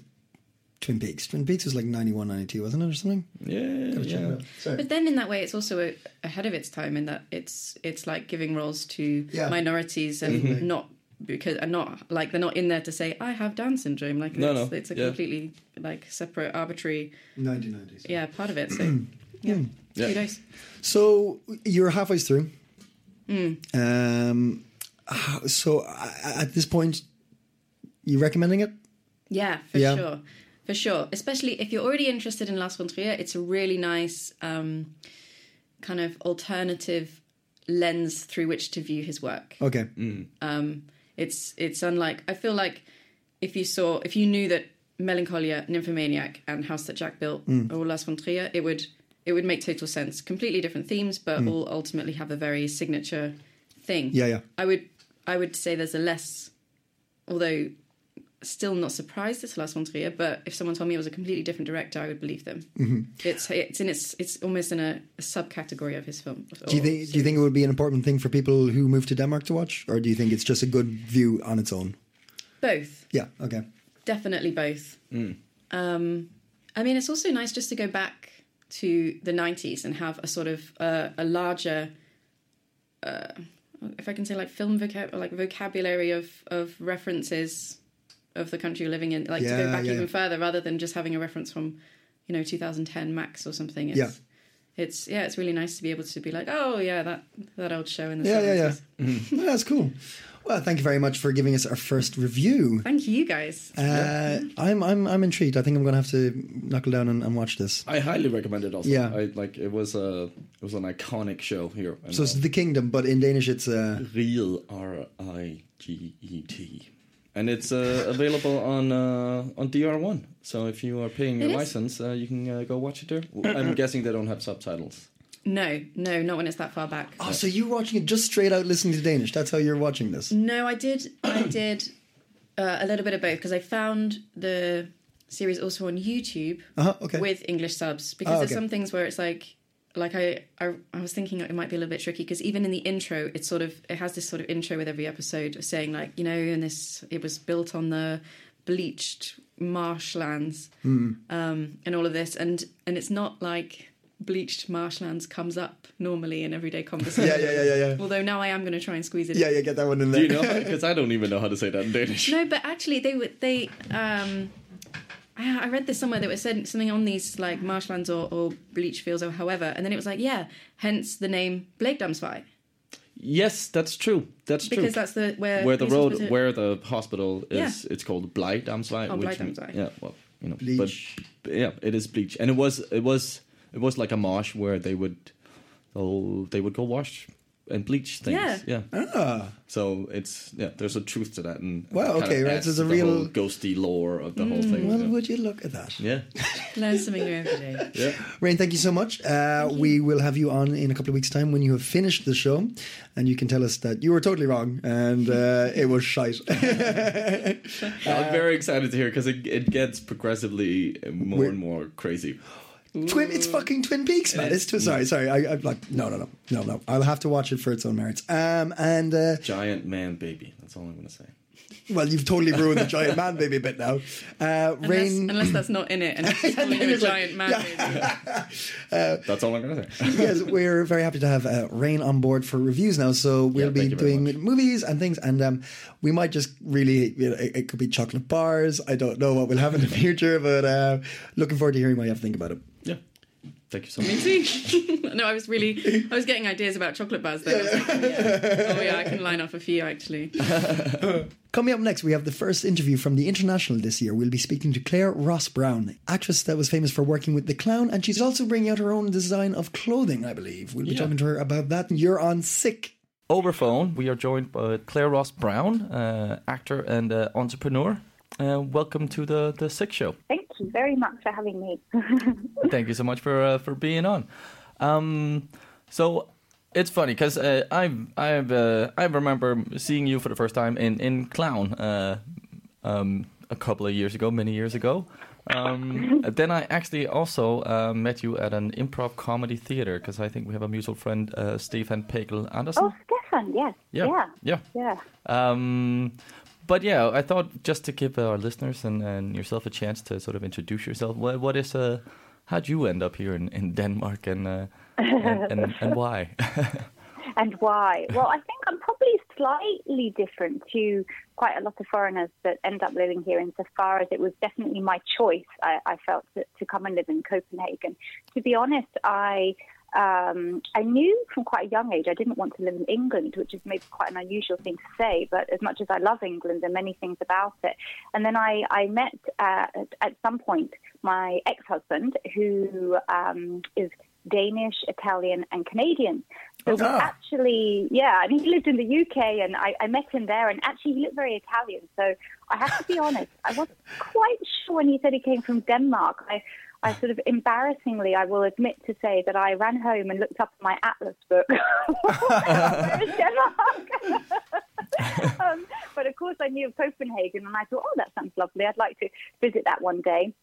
S2: Twin Peaks. Twin Peaks was like 91, 92, wasn't it, or something?
S5: Yeah, yeah.
S4: but then in that way, it's also a, ahead of its time in that it's it's like giving roles to
S2: Yeah. Mm-hmm.
S4: minorities and not because and not like they're not in there to say I have Down syndrome. Like
S5: No,
S4: it's,
S5: no,
S4: it's a
S5: yeah.
S4: completely like separate, arbitrary,
S2: Nineteen nineties.
S4: yeah, part of it. So
S2: Mm.
S4: yeah,
S5: Yeah.
S4: kudos.
S2: So you're halfway through.
S4: Hmm.
S2: Um, how- so a- at this point, you recommending it?
S4: Yeah, for
S2: Yeah.
S4: sure. For sure. Especially if you're already interested in Lars von Trier, it's a really nice um, kind of alternative lens through which to view his work.
S2: Okay.
S4: It's it's unlike I feel like if you saw if you knew that Melancholia, Nymphomaniac and House That Jack Built
S2: Mm.
S4: are all Lars von Trier, it would it would make total sense. Completely different themes, but all ultimately have a very signature thing.
S2: Mm. Yeah, yeah.
S4: I would I would say there's a less, although still not surprised it's Lars von Trier. But if someone told me it was a completely different director, I would believe them.
S2: Mm-hmm.
S4: It's it's in its it's almost in a, a subcategory of his film.
S2: Do you think Do you think it would be an important thing for people who move to Denmark to watch, or do you think it's just a good view on its own?
S4: both?
S2: Yeah. Okay.
S4: Definitely both.
S2: Hmm.
S4: Um, I mean, it's also nice just to go back to the '90s and have a sort of uh, a larger. Uh, if I can say like film vocab or like vocabulary of of references of the country you're living in, like to
S2: Yeah,
S4: go back
S2: yeah.
S4: even further rather than just having a reference from, you know, 2010 max or something. It's, It's yeah, it's really nice to be able to be like, oh yeah, that that old show in the
S2: Yeah, yeah,
S4: 70s.
S2: yeah. Mm-hmm. <laughs> No, that's cool. Well, thank you very much for giving us our first review.
S4: Thank you guys.
S2: Uh, I'm I'm I'm intrigued. I think I'm going to have to knuckle down and, and watch this.
S5: I highly recommend it. Also,
S2: Yeah.
S5: I, like it was a it was an iconic show here. uh,
S2: So it's the kingdom, but in Danish, it's uh,
S5: Real R I G E T, and it's uh, available on uh, on DR One. So if you are paying your
S4: It is?
S5: license, uh, you can uh, go
S4: <clears throat>
S5: watch it there. I'm guessing they don't have
S4: <laughs>
S5: subtitles.
S4: No, no, not when it's that far back.
S2: oh, so you're watching it just straight out listening to Danish. That's how you're watching this.
S4: No, I did. I <coughs> did uh, a little bit of both because I found the series also on YouTube
S2: Uh-huh, okay.
S4: with English subs because
S2: Oh,
S4: there's
S2: okay.
S4: some things where it's like. Like I, I, I was thinking it might be a little bit tricky because even in the intro, it's sort of it has this sort of intro with every episode of saying like you know, and this it was built on the bleached marshlands
S2: Hmm.
S4: um, and all of this, and and it's not like bleached marshlands comes up normally in everyday conversation.
S2: <laughs> Yeah, yeah, yeah, yeah, yeah.
S4: Although now I am going to try and squeeze it. in.
S2: Yeah, yeah, get that one in there.
S5: Do you know?
S2: <laughs>
S5: Because I don't even know how to say that in Danish.
S4: No, but actually, they were they. Um, I, I read this somewhere that it said something on these like marshlands or, or bleach fields or however, and then it was like, yeah, hence the name Blake Dumsby
S5: Yes, that's true. That's true.
S4: because that's the where
S5: where the
S4: who's
S5: road,
S4: supposed to-
S5: where the hospital
S4: Uh,
S5: is,
S4: Yeah.
S5: it's called Blejdamsvej.
S4: Oh,
S5: which mean-
S4: Blejdamsvej.
S5: Yeah, well, you know,
S2: Bleach.
S5: But, yeah, it is bleach, and it was, it was, it was like a marsh where they would, oh, they would go wash and bleach things.
S4: Yeah.
S5: yeah.
S2: Ah,
S5: So it's yeah, there's a truth to that, and
S2: Wow,
S5: kind of
S2: okay, right,
S5: adds
S2: so it's
S5: to
S2: a
S5: the
S2: real-
S5: whole ghosty lore of the whole
S4: Mm,
S5: thing.
S2: Well,
S5: yeah.
S2: would you look at that?
S5: yeah,
S4: learn something new every
S2: <laughs>
S4: day.
S5: yeah.
S2: Rain, thank you so much. Uh, we will have you on in a couple of weeks' time when you have finished the show, and you can tell us that you were totally wrong and uh, it was shite. Uh,
S5: I'm very excited to hear because it, it gets progressively more and more crazy.
S2: Twin, it's fucking Twin Peaks, man. It's tw- sorry, sorry. I, I'm like, no, no, no, no, no. I'll have to watch it for its own merits. Um, and uh,
S5: Giant man, baby. That's all I'm gonna say.
S2: well, you've totally ruined the giant man baby bit now. Uh,
S4: Unless,
S2: Rain,
S4: unless that's not in
S2: <laughs>
S4: it, and it's just
S2: And
S4: calling
S2: then
S4: you a
S2: it's like,
S4: giant man. baby.
S5: That's all I'm gonna say.
S2: <laughs> yes, we're very happy to have uh, Rain on board for reviews now. So we'll
S5: Yeah,
S2: be
S5: thank you very
S2: doing
S5: much.
S2: movies and things, and um, we might just really you know, it, it could be chocolate bars. I don't know what we'll have in the future, but uh, looking forward to hearing what you have to think about it.
S5: Yeah. Thank you so much.
S4: <laughs> no, I was really, I was getting ideas about chocolate bars. Then I was like, yeah. oh yeah, I can line up a few actually.
S2: Coming up next, we have the first interview from the International this year. We'll be speaking to Claire Ross Brown, the actress that was famous for working with The Clown, and she's also bringing out her own design of clothing, I believe. We'll be
S5: Yeah.
S2: talking to her about that. You're on sick.
S3: Over phone, we are joined by Claire Ross Brown, uh, actor and uh, entrepreneur. Uh, welcome to the the Sick Show.
S6: Thank you very much for having
S3: <laughs>
S6: me.
S3: Thank you so much for uh, for being on. Um, so it's funny because uh, I've I've uh, I remember seeing you for the first time in in Clown uh, um, a couple of years ago, many years ago. Um, then I actually also uh, met you at an improv comedy theater because I think we have a mutual friend, uh, Stefan Pekel Andersen.
S6: Oh, Stefan, yes.
S3: yeah,
S6: Yeah.
S3: yeah.
S6: Yeah.
S3: Um, but yeah, I thought just to give our listeners and, and yourself a chance to sort of introduce yourself. What, what is uh, how'd you end up here in, in Denmark and, uh, and, and
S6: <laughs>
S3: and why? <laughs>
S6: And why? Well, I think I'm probably slightly different to quite a lot of foreigners that end up living here insofar as it was definitely my choice, I, I felt, to, to come and live in Copenhagen. To be honest, I. Um, I knew from quite a young age I didn't want to live in England, which is maybe quite an unusual thing to say, but as much as I love England and many things about it. And then I, I met uh, at, at some point my ex husband, who um, is Danish, Italian, and Canadian. So we actually, yeah, and he lived in the UK, and I, I met him there, and actually he looked very Italian. So I have to be honest, I wasn't quite sure when he said he came from Denmark. I, I sort of embarrassingly, I will admit to say that I ran home and looked up my atlas book. <laughs> Where is Denmark? <laughs> um, but of course, I knew of Copenhagen, and I thought, oh, that sounds lovely. I'd like to visit that one day.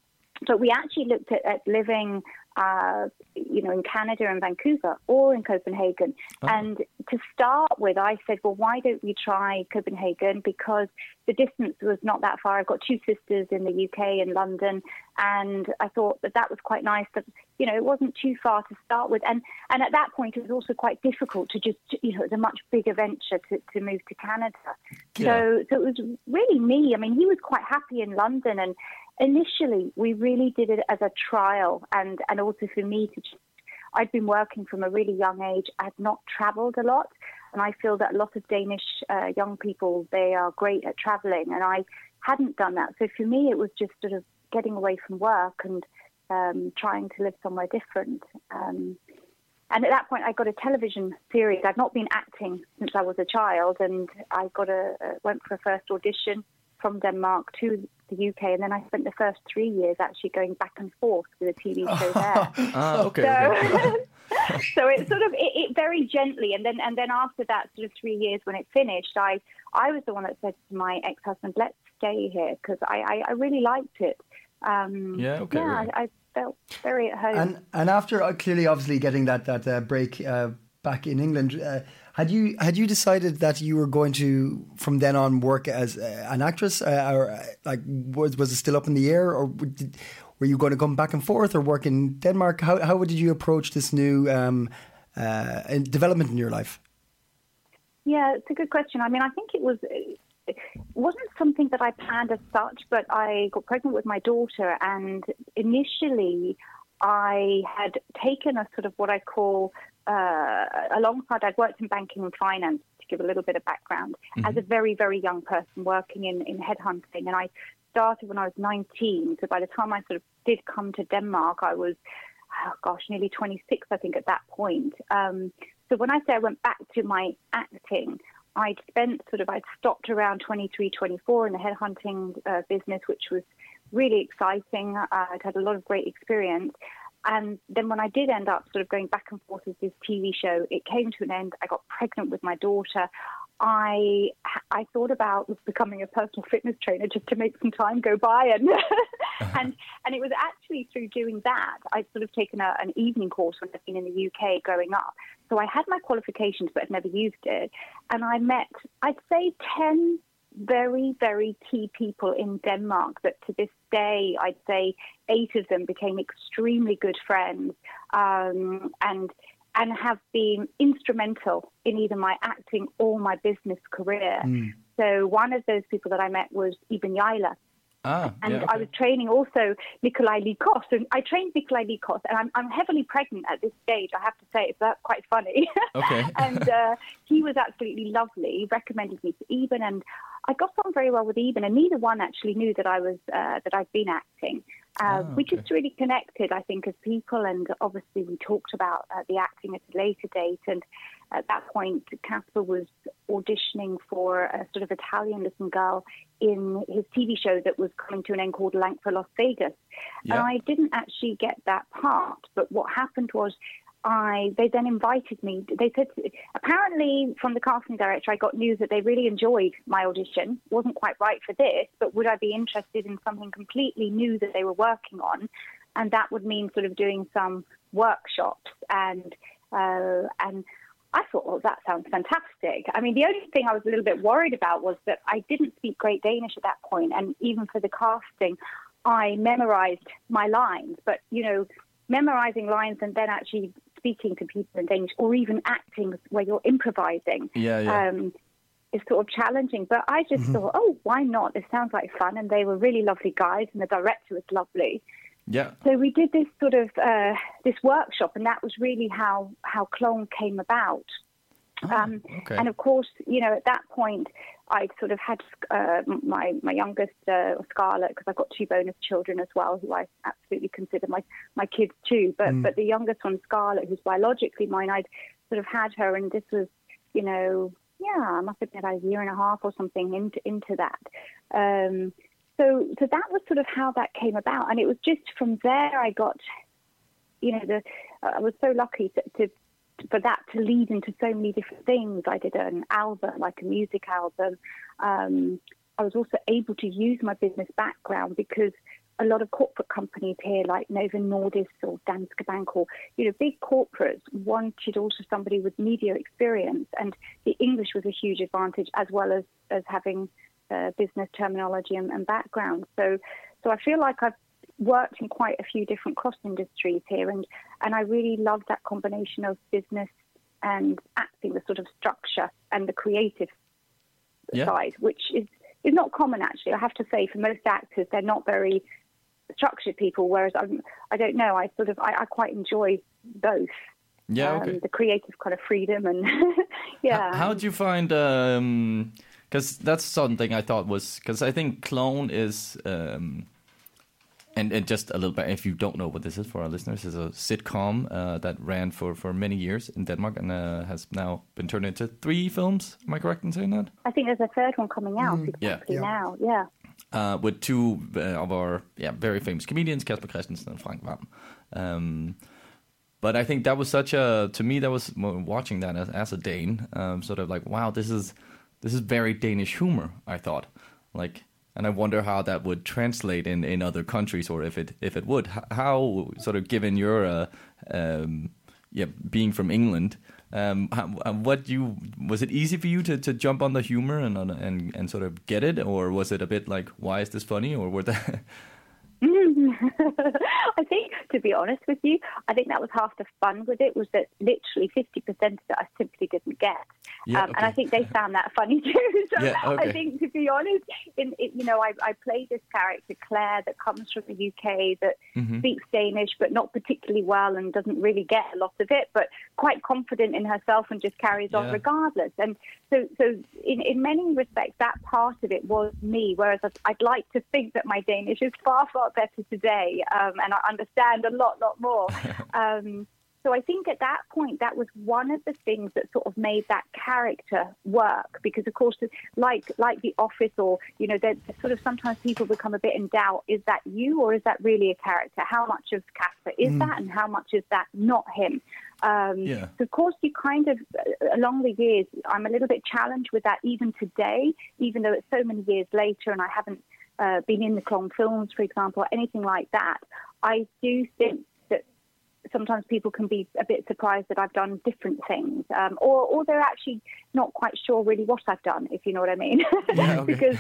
S6: But we actually looked at, at living, uh, you know, in Canada and Vancouver or in Copenhagen. And to start with, I said, well, why don't we try Copenhagen? Because the distance was not that far. I've got two sisters in the UK in London, and I thought that that was quite nice. That you know, it wasn't too far to start with, and and at that point, it was also quite difficult to just you know, it was a much bigger venture to, to move to Canada. So so it was really me. I mean, he was quite happy in London, and initially we really did it as a trial, and and also for me to just I'd been working from a really young age. I had not traveled a lot. And I feel that a lot of Danish uh, young people, they are great at traveling. And I hadn't done that. So for me, it was just sort of getting away from work and um, trying to live somewhere different. Um, and at that point, I got a television series. I've not been acting since I was a child, and I got a uh, went for a first audition from Denmark to the UK, and then I spent the first three years actually going back and forth with a TV show there. <laughs>
S3: Ah, okay. okay.
S6: So, so it sort of it, it very gently, and then and then after that sort of three years when it finished, I I was the one that said to my ex husband, "Let's stay here" because I, I I really liked it. Um,
S3: Yeah, okay,
S6: Yeah,
S3: really.
S6: I, I felt very at home.
S1: And and after uh, clearly, obviously, getting that that uh, break uh, back in England, uh, had you had you decided that you were going to from then on work as uh, an actress, uh, or uh, like was was it still up in the air, or w- did, were you going to come back and forth, or work in Denmark? How how did you approach this new um, uh, in- development in your life?
S6: Yeah, it's a good question. I mean, I think it was it wasn't something that I planned as such, but I got pregnant with my daughter, and initially, I had taken a sort of what I call uh, alongside. I'd worked in banking and finance to give a little bit of background as a very very young person working in in headhunting, and I started when I was 19. So by the time I sort of did come to Denmark, I was oh gosh, nearly 26, I think, at that point. Um, so when I say I went back to my acting, I'd spent sort of, I'd stopped around 23, 24 in the headhunting uh, business, which was really exciting. Uh, I'd had a lot of great experience. And then when I did end up sort of going back and forth with this TV show, it came to an end. I got pregnant with my daughter. I I thought about becoming a personal fitness trainer just to make some time go by, and <laughs> and and it was actually through doing that I'd sort of taken a, an evening course when I'd been in the UK growing up. So I had my qualifications, but I'd never used it, and I met I'd say ten very very key people in Denmark that to this day I'd say eight of them became extremely good friends, um, and and have been instrumental in either my acting or my business career. So one of those people that I met was Ibn Yaila.
S3: Ah,
S6: And
S3: yeah,
S6: I was training also Nikolai Likos. And I trained Nikolai Likos. And I'm, I'm heavily pregnant at this stage, I have to say. It's uh, quite funny. <laughs>
S3: Okay. <laughs>
S6: and uh, he was absolutely lovely. He recommended me to Eben. And I got on very well with Eben. And neither one actually knew that I was uh, that I'd been acting. Uh, We just really connected, I think, as people. And obviously, we talked about uh, the acting at a later date. And at that point, Casper was auditioning for a sort of Italian looking girl in his TV show that was coming to an end called Lank for Las Vegas.
S3: Yeah.
S6: And I didn't actually get that part. But what happened was I they then invited me. They said apparently from the casting director, I got news that they really enjoyed my audition. wasn't quite right for this, but would I be interested in something completely new that they were working on? And that would mean sort of doing some workshops and uh, and I thought, well, that sounds fantastic. I mean, the only thing I was a little bit worried about was that I didn't speak great Danish at that point, and even for the casting, I memorized my lines. But you know, memorizing lines and then actually speaking to people in Danish, or even acting where you're improvising,
S3: Yeah, yeah.
S6: Um, is sort of challenging. But I just thought, oh, why not? This sounds like fun, and they were really lovely guys, and the director was lovely.
S3: Yeah.
S6: So we did this sort of uh, this workshop, and that was really how how Clone came about. Um,
S3: Ah, okay.
S6: And of course, you know, at that point, I sort of had uh, my my youngest uh, Scarlett because I've got two bonus children as well, who I absolutely consider my my kids too. But but the youngest one, Scarlett, who's biologically mine, I'd sort of had her, and this was, you know, yeah, I must have been about a year and a half or something into into that. Um, so so that was sort of how that came about, and it was just from there I got you know, the, I was so lucky to, to for that to lead into so many different things. I did an album, like a music album. Um, I was also able to use my business background because a lot of corporate companies here, like Novo Nordisk or Danske Bank, or you know, big corporates, wanted also somebody with media experience, and the English was a huge advantage as well as as having uh, business terminology and, and background. So, so I feel like I've worked in quite a few different cross industries here, and and I really love that combination of business and acting, the sort of structure and the creative
S3: Yeah.
S6: side, which is is not common actually. I have to say, for most actors, they're not very structured people. Whereas I'm, I don't know, I sort of I, I quite enjoy both. Um,
S3: Yeah, okay.
S6: The creative kind of freedom and <laughs> yeah.
S3: How do you find? Because that's something I thought was because I think clone is, um, and, and just a little bit. If you don't know what this is for our listeners, is a sitcom uh, that ran for for many years in Denmark and uh, has now been turned into three films. Am I correct in saying that?
S6: I think there's a third one coming out
S3: Mm,
S6: exactly
S2: Yeah.
S6: now. Yeah.
S3: uh, with two uh, of our yeah very famous comedians, Casper Christensen and Frank Vam. Um, but I think that was such a to me that was well, watching that as, as a Dane, um, sort of like wow, this is this is very Danish humor. I thought like, and I wonder how that would translate in, in other countries or if it if it would. H- How sort of given your uh, um, yeah being from England. Um, how, uh, what you was it easy for you to, to jump on the humor and on, and and sort of get it, or was it a bit like why is this funny, or <laughs> were that
S6: <laughs> I think, to be honest with you, I think that was half the fun with it was that literally 50% of it I simply didn't get.
S3: Yeah,
S6: um, And I
S3: okay.
S6: think they found that funny too. <laughs> so
S3: Yeah, okay.
S6: I think, to be honest, in, it, you know, I, I played this character, Claire, that comes from the UK, that speaks Danish, but not particularly well and doesn't really get a lot of it, but quite confident in herself and just carries on
S3: Yeah.
S6: regardless. And so, so in, in many respects, that part of it was me. Whereas I'd, I'd like to think that my Danish is far, far better today, um, and I understand a lot, lot more. um, so I think at that point, that was one of the things that sort of made that character work, because of course, like like The Office, or you know, that sort of sometimes people become a bit in doubt: is that you, or is that really a character? How much of Casper is that, and how much is that not him? Um,
S3: Yeah.
S6: so of course, you kind of, uh, along the years, I'm a little bit challenged with that even today, even though it's so many years later and I haven't uh, been in the clone films, for example, or anything like that. I do think that sometimes people can be a bit surprised that I've done different things, um, or, or they're actually not quite sure really what I've done, if you know what I mean. <laughs> because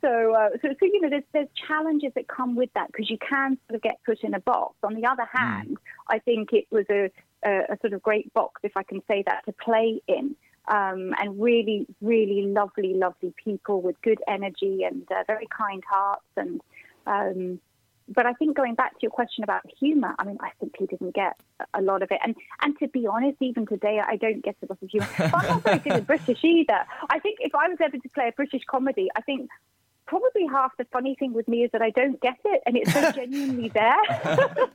S6: so, uh, so, so you know, there's, there's challenges that come with that because you can sort of get put in a box. On the other hand, I think it was a, a, a sort of great box, if I can say that, to play in. Um, and really, really lovely, lovely people with good energy and uh, very kind hearts. And um, but I think going back to your question about humour, I mean, I simply didn't get a- a lot of it. And and to be honest, even today, I don't get a lot of humour. But I'm not very good at British either. I think if I was ever to play a British comedy, I think probably half the funny thing with me is that I don't get it, and
S3: <laughs>
S6: it's so genuinely there <laughs> that,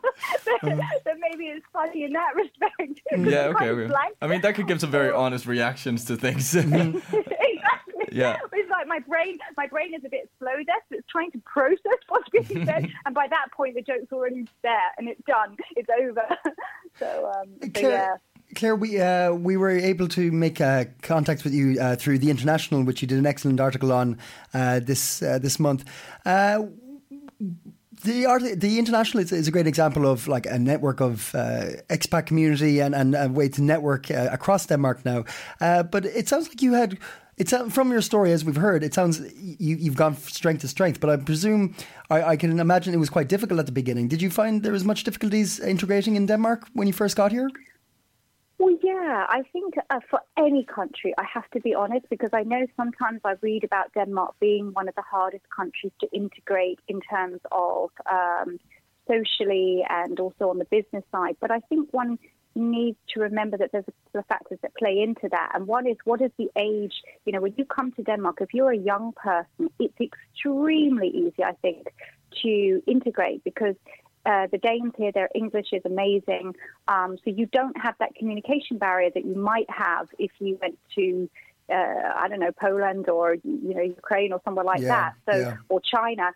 S6: that maybe it's funny in that respect.
S3: yeah
S6: <laughs> It's
S3: okay,
S6: kind of
S3: okay.
S6: blank.
S3: I mean that could give some very honest reactions to things.
S6: <laughs>
S3: <laughs>
S6: exactly.
S3: Yeah.
S6: <laughs> It's like my brain my brain is a bit slow there, so it's trying to <laughs> process what's being said and by that point the joke's already there and it's done. It's over. <laughs> So, um, so
S2: Claire,
S6: yeah.
S2: Claire, we uh, we were able to make uh, contact with you uh, through the International, which you did an excellent article on uh, this uh, this month. Uh, the art, the international is, is a great example of like a network of uh, expat community and and a way to network uh, across Denmark now. Uh, but it sounds like you had. It's from your story, as we've heard. It sounds you, you've gone from strength to strength, but I presume I, I can imagine it was quite difficult at the beginning. Did you find there was much difficulties integrating in Denmark when you first got here?
S6: Well, yeah, I think uh, for any country, I have to be honest because I know sometimes I read about Denmark being one of the hardest countries to integrate in terms of um, socially and also on the business side. But I think one needs to remember that there's a couple of factors that play into that. And one is what is the age? You know, when you come to Denmark, if you're a young person, it's extremely easy, I think, to integrate because uh, the Danes here, their English is amazing. Um, so you don't have that communication barrier that you might have if you went to, uh, I don't know, Poland or you know Ukraine or somewhere like
S2: Yeah,
S6: that. So
S2: yeah.
S6: or China.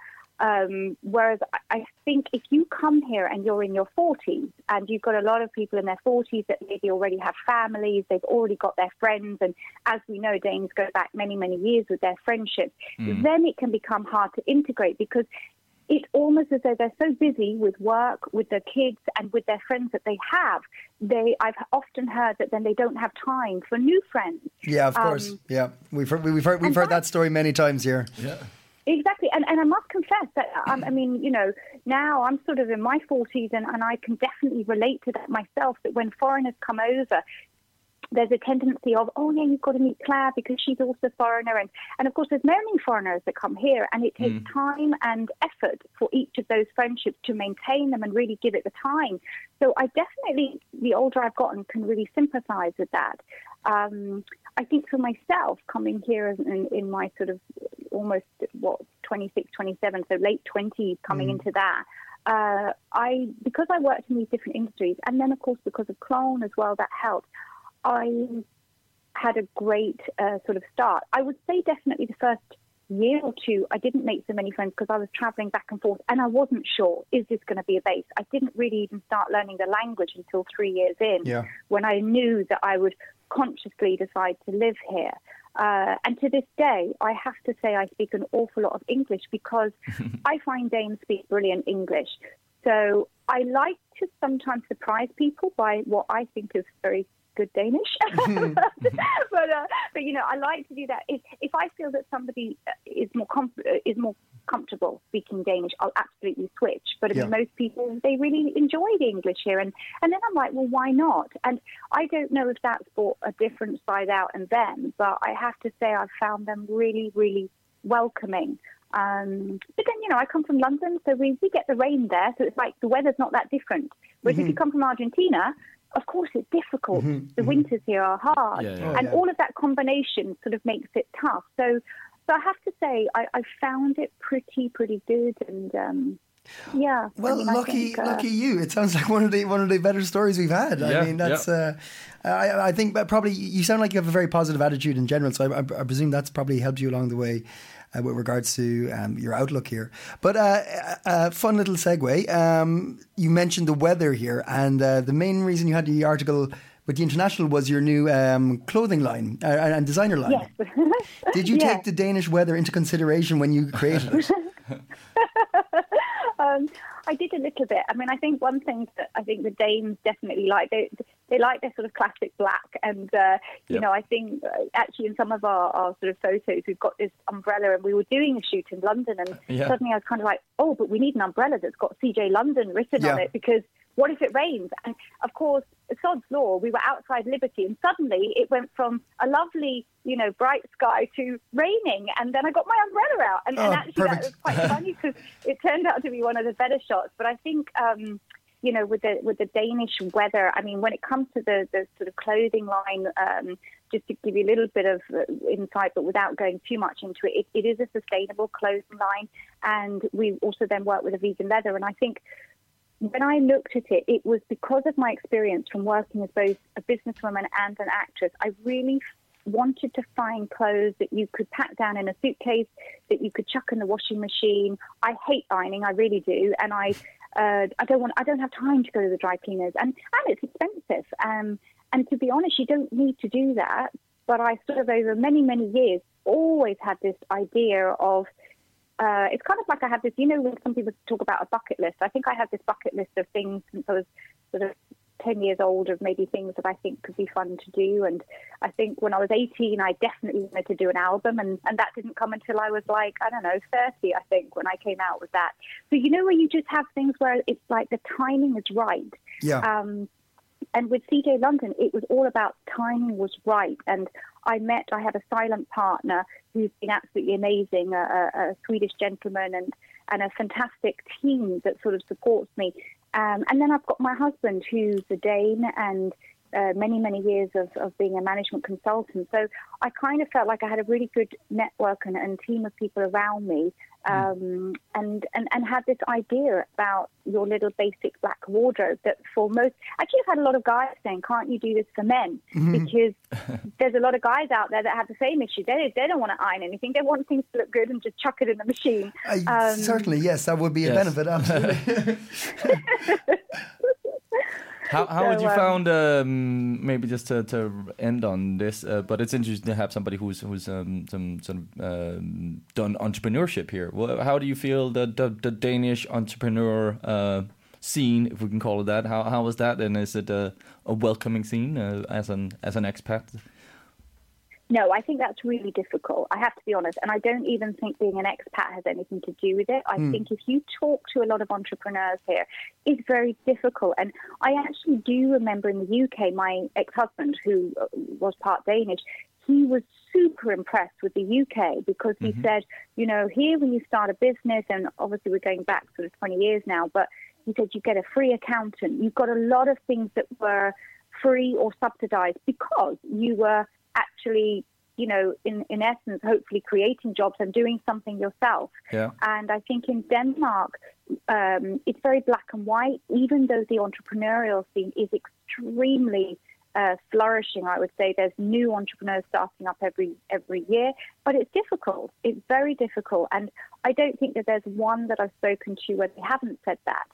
S6: Um, whereas I- I think if you come here and you're in your 40s and you've got a lot of people in their 40s that maybe already have families, they've already got their friends, and as we know, Danes go back many, many years with their friendships, then it can become hard to integrate because it's almost as though they're so busy with work, with their kids, and with their friends that they have. They, I've often heard that then they don't have time for new friends.
S2: Yeah, of
S6: Um,
S2: course. Yeah, we've heard, we've heard, we've
S6: and
S2: heard
S6: that-
S2: that story many times here.
S6: Exactly, and and I must confess that um, I mean, you know, now I'm sort of in my forties, and and I can definitely relate to that myself. That when foreigners come over, there's a tendency of, oh yeah, you've got to meet Claire because she's also a foreigner, and and of course there's many foreigners that come here, and it takes time and effort for each of those friendships to maintain them and really give it the time. So I definitely, the older I've gotten, can really sympathise with that. Um, I think for myself, coming here in, in my sort of almost what 26, 27, so late 20s, coming into that. Uh, I because I worked in these different industries, and then of course because of clone as well, that helped. I had a great uh, sort of start. I would say definitely the first year or two, I didn't make so many friends because I was traveling back and forth and I wasn't sure, is this going to be a base? I didn't really even start learning the language until three years in
S2: Yeah.
S6: when I knew that I would consciously decide to live here. Uh, and to this day, I have to say I speak an awful lot of English because I find Danes speak brilliant English. So I like to sometimes surprise people by what I think is very good Danish. <laughs> but uh, but you know, I like to do that. If if I feel that somebody uh, is more com- uh, is more comfortable speaking Danish, I'll absolutely switch. But I mean,
S2: Yeah.
S6: most people they really enjoy the English here, and and then I'm like, well, why not? And I don't know if that's brought a different side out in them, but I have to say I've found them really really welcoming. Um, but then, you know, I come from London, so we, we get the rain there, so it's like the weather's not that different. Whereas
S3: Mm-hmm.
S6: if you come from Argentina, of course it's difficult. The winters here are hard.
S3: Yeah, yeah.
S2: Oh,
S6: And
S2: yeah.
S6: all of that combination sort of makes it tough. So, so I have to say, I, I found it pretty, pretty good. And um, yeah. I
S2: Well,
S6: mean, I
S2: lucky,
S6: think, uh,
S2: lucky you. It sounds <laughs> like one of the one of the better stories we've had. I
S3: Yeah,
S2: mean, that's. Uh, I, I think that probably you sound like you have a very positive attitude in general. So I, I presume that's probably helped you along the way. Uh, with regards to um, your outlook here, but uh, uh, fun little segue. Um, you mentioned the weather here, and uh, the main reason you had the article with the international was your new um, clothing line uh, and designer line.
S6: Yes. <laughs>
S2: Did you
S6: Yeah.
S2: take the Danish weather into consideration when you created
S6: <laughs>
S2: it?
S6: um, I did a little bit. I mean, I think one thing that I think the Danes definitely like they they like their sort of classic black, and uh, you
S3: Yep.
S6: know, I think uh, actually in some of our, our sort of photos, we've got this umbrella, and we were doing a shoot in London, and
S3: Yeah.
S6: suddenly I was kind of like, oh, but we need an umbrella that's got CJ London written on
S2: Yeah.
S6: it because what if it rains? And of course, sod's law, we were outside Liberty, and suddenly it went from a lovely, you know, bright sky to raining, and then I got my umbrella out, and, and
S2: Oh,
S6: actually
S2: perfect.
S6: that was quite funny because it turned out to be one of the better shots. But I think, um, you know, with the with the Danish weather, I mean, when it comes to the, the sort of clothing line, um, just to give you a little bit of uh, insight, but without going too much into it, it, it is a sustainable clothing line, and we also then work with a vegan leather. And I think when I looked at it, it was because of my experience from working as both a businesswoman and an actress. I really wanted to find clothes that you could pack down in a suitcase, that you could chuck in the washing machine. I hate ironing, I really do, and I uh, I don't want, I don't have time to go to the dry cleaners, and and it's expensive. Um, and to be honest, you don't need to do that. But I sort of over many many years always had this idea of uh, it's kind of like I had this, you know, when some people talk about a bucket list. I think I had this bucket list of things since I was sort of 10 years old, of maybe things that I think could be fun to do. And I think when I was 18, I definitely wanted to do an album. And, and that didn't come until I was like, I don't know, 30, I think, when I came out with that. So, you know, where you just have things where it's like the timing is right.
S1: Yeah.
S6: Um, and with CJ London, it was all about timing was right. And I met, I had a silent partner who's been absolutely amazing, a, a, a Swedish gentleman and, and a fantastic team that sort of supports me. Um, and then I've got my husband who's a Dane and uh, many, many years of, of being a management consultant. So I kind of felt like I had a really good network and, and team of people around me um, and, and, and had this idea about your little basic black wardrobe that for most, actually, I've had a lot of guys saying, can't you do this for men? Because there's a lot of guys out there that have the same issue. They, they don't want to iron anything. They want things to look good and just chuck it in the machine. um,
S1: I, certainly, yes, that would be a
S3: Yes.
S1: benefit. Absolutely.
S3: How, how would
S6: So,
S3: you
S6: um,
S3: found um, maybe just to, to end on this? Uh, but it's interesting to have somebody who's who's um, some sort of um, done entrepreneurship here. Well, how do you feel the the, the Danish entrepreneur uh, scene, if we can call it that? How how is that, and is it a, a welcoming scene uh, as an as an expat?
S6: No, I think that's really difficult. I have to be honest. And I don't even think being an expat has anything to do with it. I think if you talk to a lot of entrepreneurs here, it's very difficult. And I actually do remember in the UK, my ex husband, who uh, was part Danish, he was super impressed with the UK because he said, you know, here when you start a business, and obviously we're going back sort of 20 years now, but he said you get a free accountant. You've got a lot of things that were free or subsidized because you were actually, you know, in, in essence, hopefully creating jobs and doing something yourself.
S3: Yeah.
S6: And I think in Denmark, um, it's very black and white, even though the entrepreneurial scene is extremely uh, flourishing. I would say there's new entrepreneurs starting up every every year, but it's difficult. It's very difficult, and I don't think that there's one that I've spoken to where they haven't said that.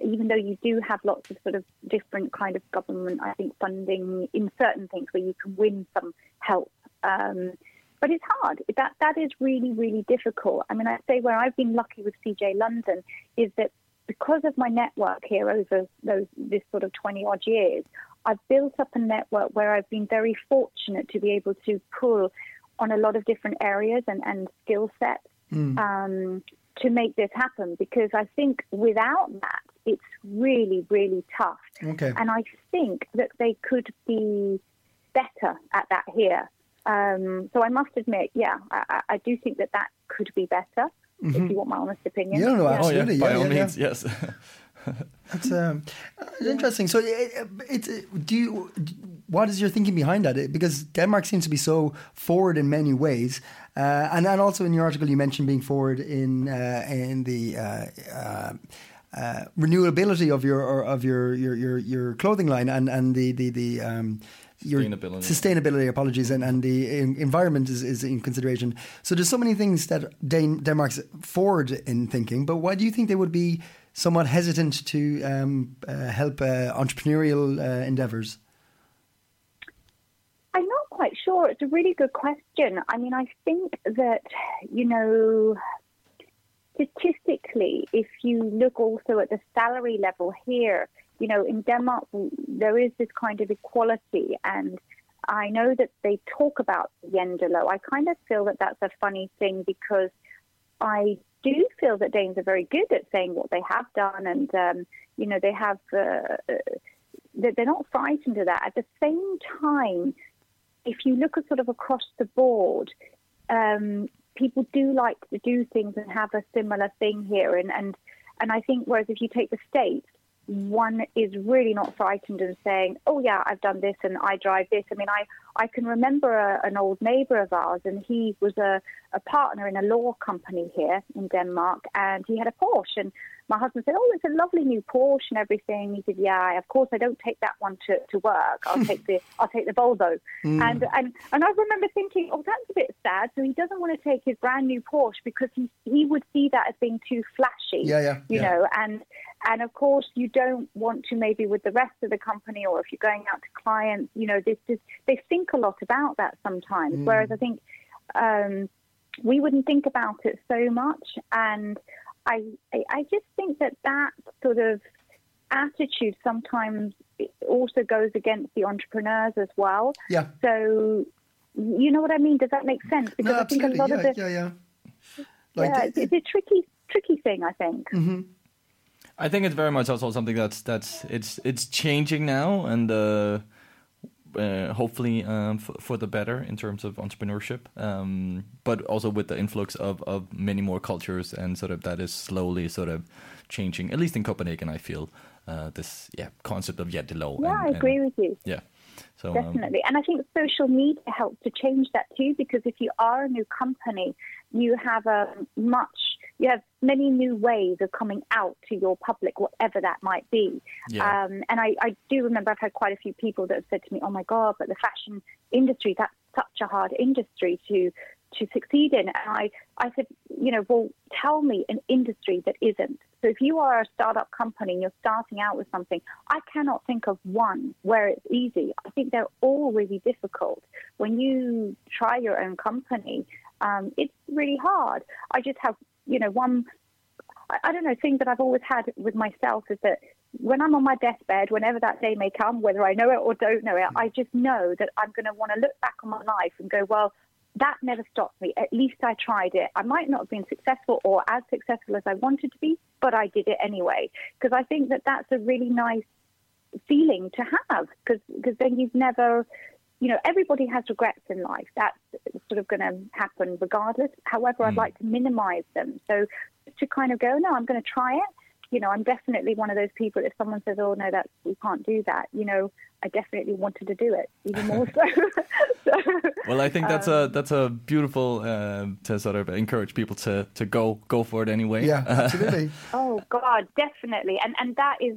S6: Even though you do have lots of sort of different kind of government, I think funding in certain things where you can win some help. Um, but it's hard. That that is really really difficult. I mean, I'd say where I've been lucky with CJ London is that because of my network here over those this sort of twenty odd years, I've built up a network where I've been very fortunate to be able to pull on a lot of different areas and and skill sets um, to make this happen. Because I think without that, it's really really tough.
S1: Okay.
S6: And I think that they could be better at that here. Um, so I must admit, yeah, I, I- I do think that that could be better. If you want my honest opinion,
S1: Yeah, no,
S6: Yeah.
S1: absolutely.
S3: Oh, yeah, by
S1: yeah,
S3: all
S1: yeah.
S3: means, yes. <laughs>
S1: That's um, it's interesting. So, it, it's it, do you? What is your thinking behind that? It- Because Denmark seems to be so forward in many ways, uh, and and also in your article you mentioned being forward in uh, in the. Uh, uh, uh, renewability of your or of your your your, your clothing line and and the the the um, your
S3: Sustainability.
S1: sustainability apologies and and the en- environment is, is in consideration. So there's so many things that Dan- Denmark's forward in thinking. But why do you think they would be somewhat hesitant to um, uh, help uh, entrepreneurial uh, endeavors?
S6: I'm not quite sure. It's a really good question. I mean, I think that, you know, statistically, if you look also at the salary level here, you know, in Denmark, there is this kind of equality. And I know that they talk about Yendelo. I kind of feel that that's a funny thing because I do feel that Danes are very good at saying what they have done. And, um, you know, they have. Uh, uh, they're they're not frightened of that. At the same time, if you look at sort of across the board, um, people do like to do things and have a similar thing here. And, and, and I think, whereas if you take the States, one is really not frightened and saying, oh, yeah, I've done this and I drive this. I mean, I, I can remember a, an old neighbor of ours, and he was a, a partner in a law company here in Denmark, and he had a Porsche. And my husband said, "Oh, it's a lovely new Porsche and everything." He said, "Yeah, I- of course I don't take that one to, to work. I'll take the I'll take the Volvo." And and and I remember thinking, "Oh, that's a bit sad." So he doesn't want to take his brand new Porsche because he he would see that as being too flashy.
S1: Yeah, yeah,
S6: You
S1: yeah.
S6: know, and and of course you don't want to maybe with the rest of the company or if you're going out to clients, you know, this just they think a lot about that sometimes.
S1: Mm.
S6: Whereas I think. Um, we wouldn't think about it so much. And I, I, I just think that that sort of attitude sometimes also goes against the entrepreneurs as well.
S1: Yeah.
S6: So, you know what I mean? Does that make sense? Because
S1: No,
S6: I think
S1: absolutely.
S6: a lot
S1: Yeah,
S6: of the
S1: yeah, yeah.
S6: yeah,
S1: Like,
S6: it's, it's a tricky, tricky thing. I think.
S1: Mm-hmm.
S3: I think it's very much also something that's that's it's it's changing now and uh, uh, hopefully um, f- for the better in terms of entrepreneurship, um, but also with the influx of, of many more cultures and sort of that is slowly sort of changing. At least in Copenhagen, I feel uh, this yeah concept of yedilo.
S6: Yeah, I agree with you.
S3: Yeah, so um,
S6: Definitely. and I think social media helps to change that too, because if you are a new company, you have a much, you have many new ways of coming out to your public, whatever that might be.
S3: Yeah.
S6: Um, and I, I do remember I've had quite a few people that have said to me, oh my God, but the fashion industry, that's such a hard industry to to succeed in. And I, I said, you know, well, tell me an industry that isn't. So if you are a startup company and you're starting out with something, I cannot think of one where it's easy. I think they're all really difficult. When you try your own company, um, it's really hard. I just have, you know, one I, I don't know, thing that I've always had with myself is that when I'm on my deathbed, whenever that day may come, whether I know it or don't know it, I just know that I'm going to want to look back on my life and go, well, that never stopped me. At least I tried it. I might not have been successful or as successful as I wanted to be, but I did it anyway. Because I think that that's a really nice feeling to have because then you've never you know everybody has regrets in life that's sort of going to happen regardless however i'd like to minimize them so to kind of go no i'm going to try it you know i'm definitely one of those people if someone says oh no that you can't do that you know i definitely wanted to do it even more so, <laughs> so
S3: Well, I think
S6: Um,
S3: that's a that's a beautiful uh, to sort of encourage people to to go go for it anyway.
S1: <laughs> yeah, absolutely.
S6: Oh God, definitely, and and that is,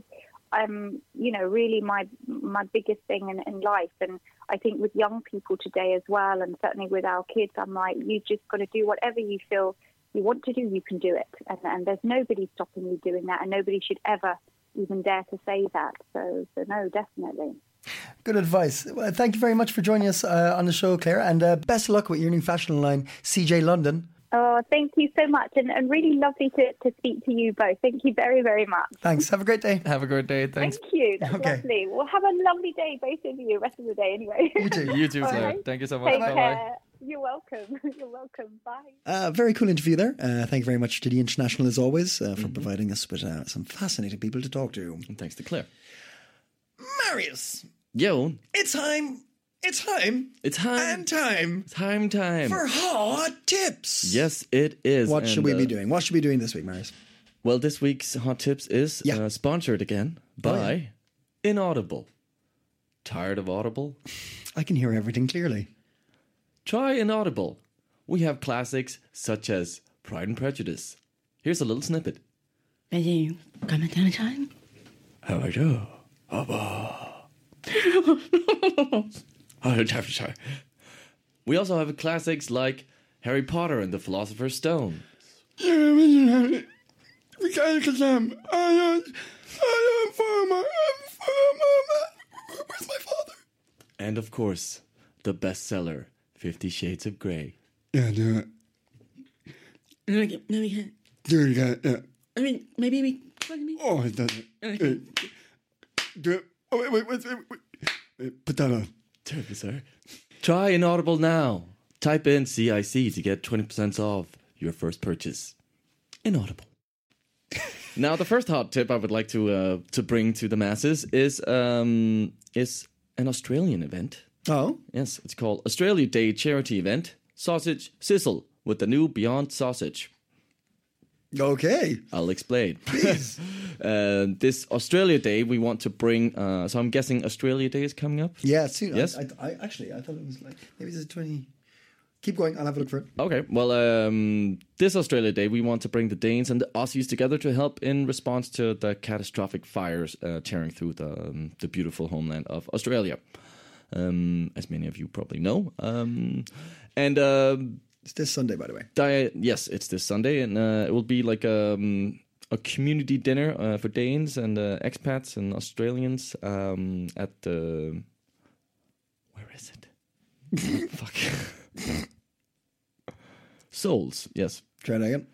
S6: um, you know, really my my biggest thing in, in life, and I think with young people today as well, and certainly with our kids, I'm like, you just got to do whatever you feel you want to do, you can do it, and and there's nobody stopping you doing that, and nobody should ever even dare to say that. So, so no, definitely.
S1: Good advice. Well, thank you very much for joining us uh, on the show, Claire, and uh, best of luck with your new fashion line, CJ London.
S6: Oh, thank you so much, and, and really lovely to, to speak to you both. Thank you very, very much.
S1: Thanks. Have a great day.
S3: <laughs> Have a great day. Thanks.
S6: Thank you. That's
S1: Okay.
S6: lovely. Well, have a lovely day, both of you. Rest of the day, anyway.
S1: You too.
S3: You too,
S6: All
S3: Claire.
S6: right.
S3: Thank you so much.
S6: Take
S3: Bye-bye.
S6: care. You're welcome. <laughs> You're welcome. Bye.
S2: Uh, very cool interview there. Uh, thank you very much to the International, as always, uh, for providing us with uh, some fascinating people to talk to.
S5: Mm-hmm. And thanks to Claire.
S2: Marius,
S5: Yo,
S2: it's time, it's time,
S5: it's time.
S2: and time
S5: time time.
S2: for hot tips.
S5: yes, it is.
S2: What should
S5: And,
S2: we
S5: uh,
S2: be doing? What should we be doing this week, Marius?
S5: Well, this week's Hot Tips is
S2: Yeah.
S5: uh, sponsored again by Inaudible. Tired of Audible?
S2: I can hear everything clearly.
S5: Try Inaudible. We have classics such as Pride and Prejudice. Here's a little snippet.
S7: Are you coming down time?
S5: How I do? Abba. <laughs> I don't have to try. We also have classics like Harry Potter and the Philosopher's Stone. And of course, the bestseller, Fifty Shades of Grey.
S2: Yeah, do it.
S7: No, we can. No, we can't.
S2: Do it again. Yeah.
S7: I mean, maybe we. Fucking me.
S2: Oh, it does it. Do it. Oh, wait, wait, wait, wait, wait. wait. Put that on.
S5: Terrible, sir. Try Inaudible now. Type in CIC to get 20% off your first purchase. Inaudible. <laughs> now, the first hot tip I would like to uh, to bring to the masses is um, is an Australian event.
S2: Oh,
S5: Yes, it's called Australia Day charity event. Sausage sizzle with the new Beyond Sausage.
S2: okay.
S5: I'll explain. <laughs> uh, this Australia Day, we want to bring. Uh, so I'm guessing Australia Day is coming up.
S2: Yeah, soon.
S5: Yes?
S2: I, I, I actually I thought it was like maybe it's the twenty. Keep going. I'll have a look for it.
S5: Okay, well, um, this Australia Day, we want to bring the Danes and the Aussies together to help in response to the catastrophic fires uh, tearing through the, um, the beautiful homeland of Australia, um, as many of you probably know. Um, and um
S2: It's this Sunday, by the way.
S5: Di- yes, it's this Sunday, and uh, it will be like um, a community dinner uh, for Danes and uh, expats and Australians um, at the. Where is it? <laughs> Fuck. Souls, yes.
S2: Try that again.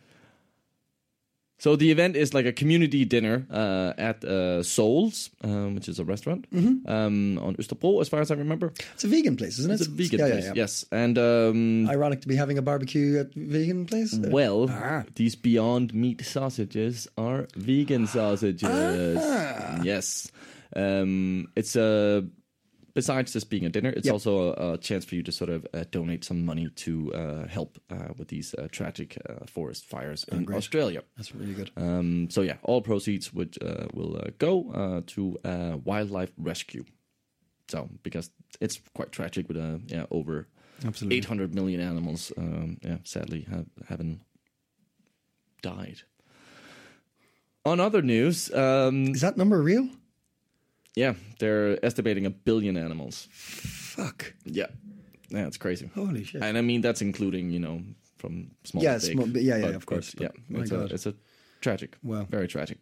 S5: So the event is like a community dinner uh, at uh, Souls, um, which is a restaurant
S2: Mm-hmm.
S5: um, on Österbro, as far as I remember.
S2: It's a vegan place, isn't it?
S5: It's a vegan
S2: Yeah, yeah,
S5: place,
S2: yeah.
S5: yes. And um,
S2: Ironic to be having a barbecue at vegan place.
S5: Well,
S2: Ah.
S5: these Beyond Meat sausages are vegan sausages.
S2: Ah.
S5: Yes. Um, it's a. Besides this being a dinner, it's
S2: Yep.
S5: also a, a chance for you to sort of uh, donate some money to uh, help uh, with these uh, tragic uh, forest fires in Australia.
S2: That's really good.
S5: Um, so yeah, all proceeds would uh, will uh, go uh, to uh, wildlife rescue. So because it's quite tragic with uh, yeah over
S2: Absolutely.
S5: 800 million animals um, yeah sadly have haven't died. On other news, um,
S2: Is that number real?
S5: yeah, they're estimating a billion animals.
S2: Fuck.
S5: Yeah, yeah, it's crazy.
S2: Holy shit.
S5: And I mean that's including you know from small.
S2: Yeah,
S5: to big,
S2: small- yeah, yeah, of course,
S5: but
S2: but
S5: yeah,
S2: my
S5: it's
S2: God.
S5: a it's a tragic.
S2: Wow.
S5: very tragic.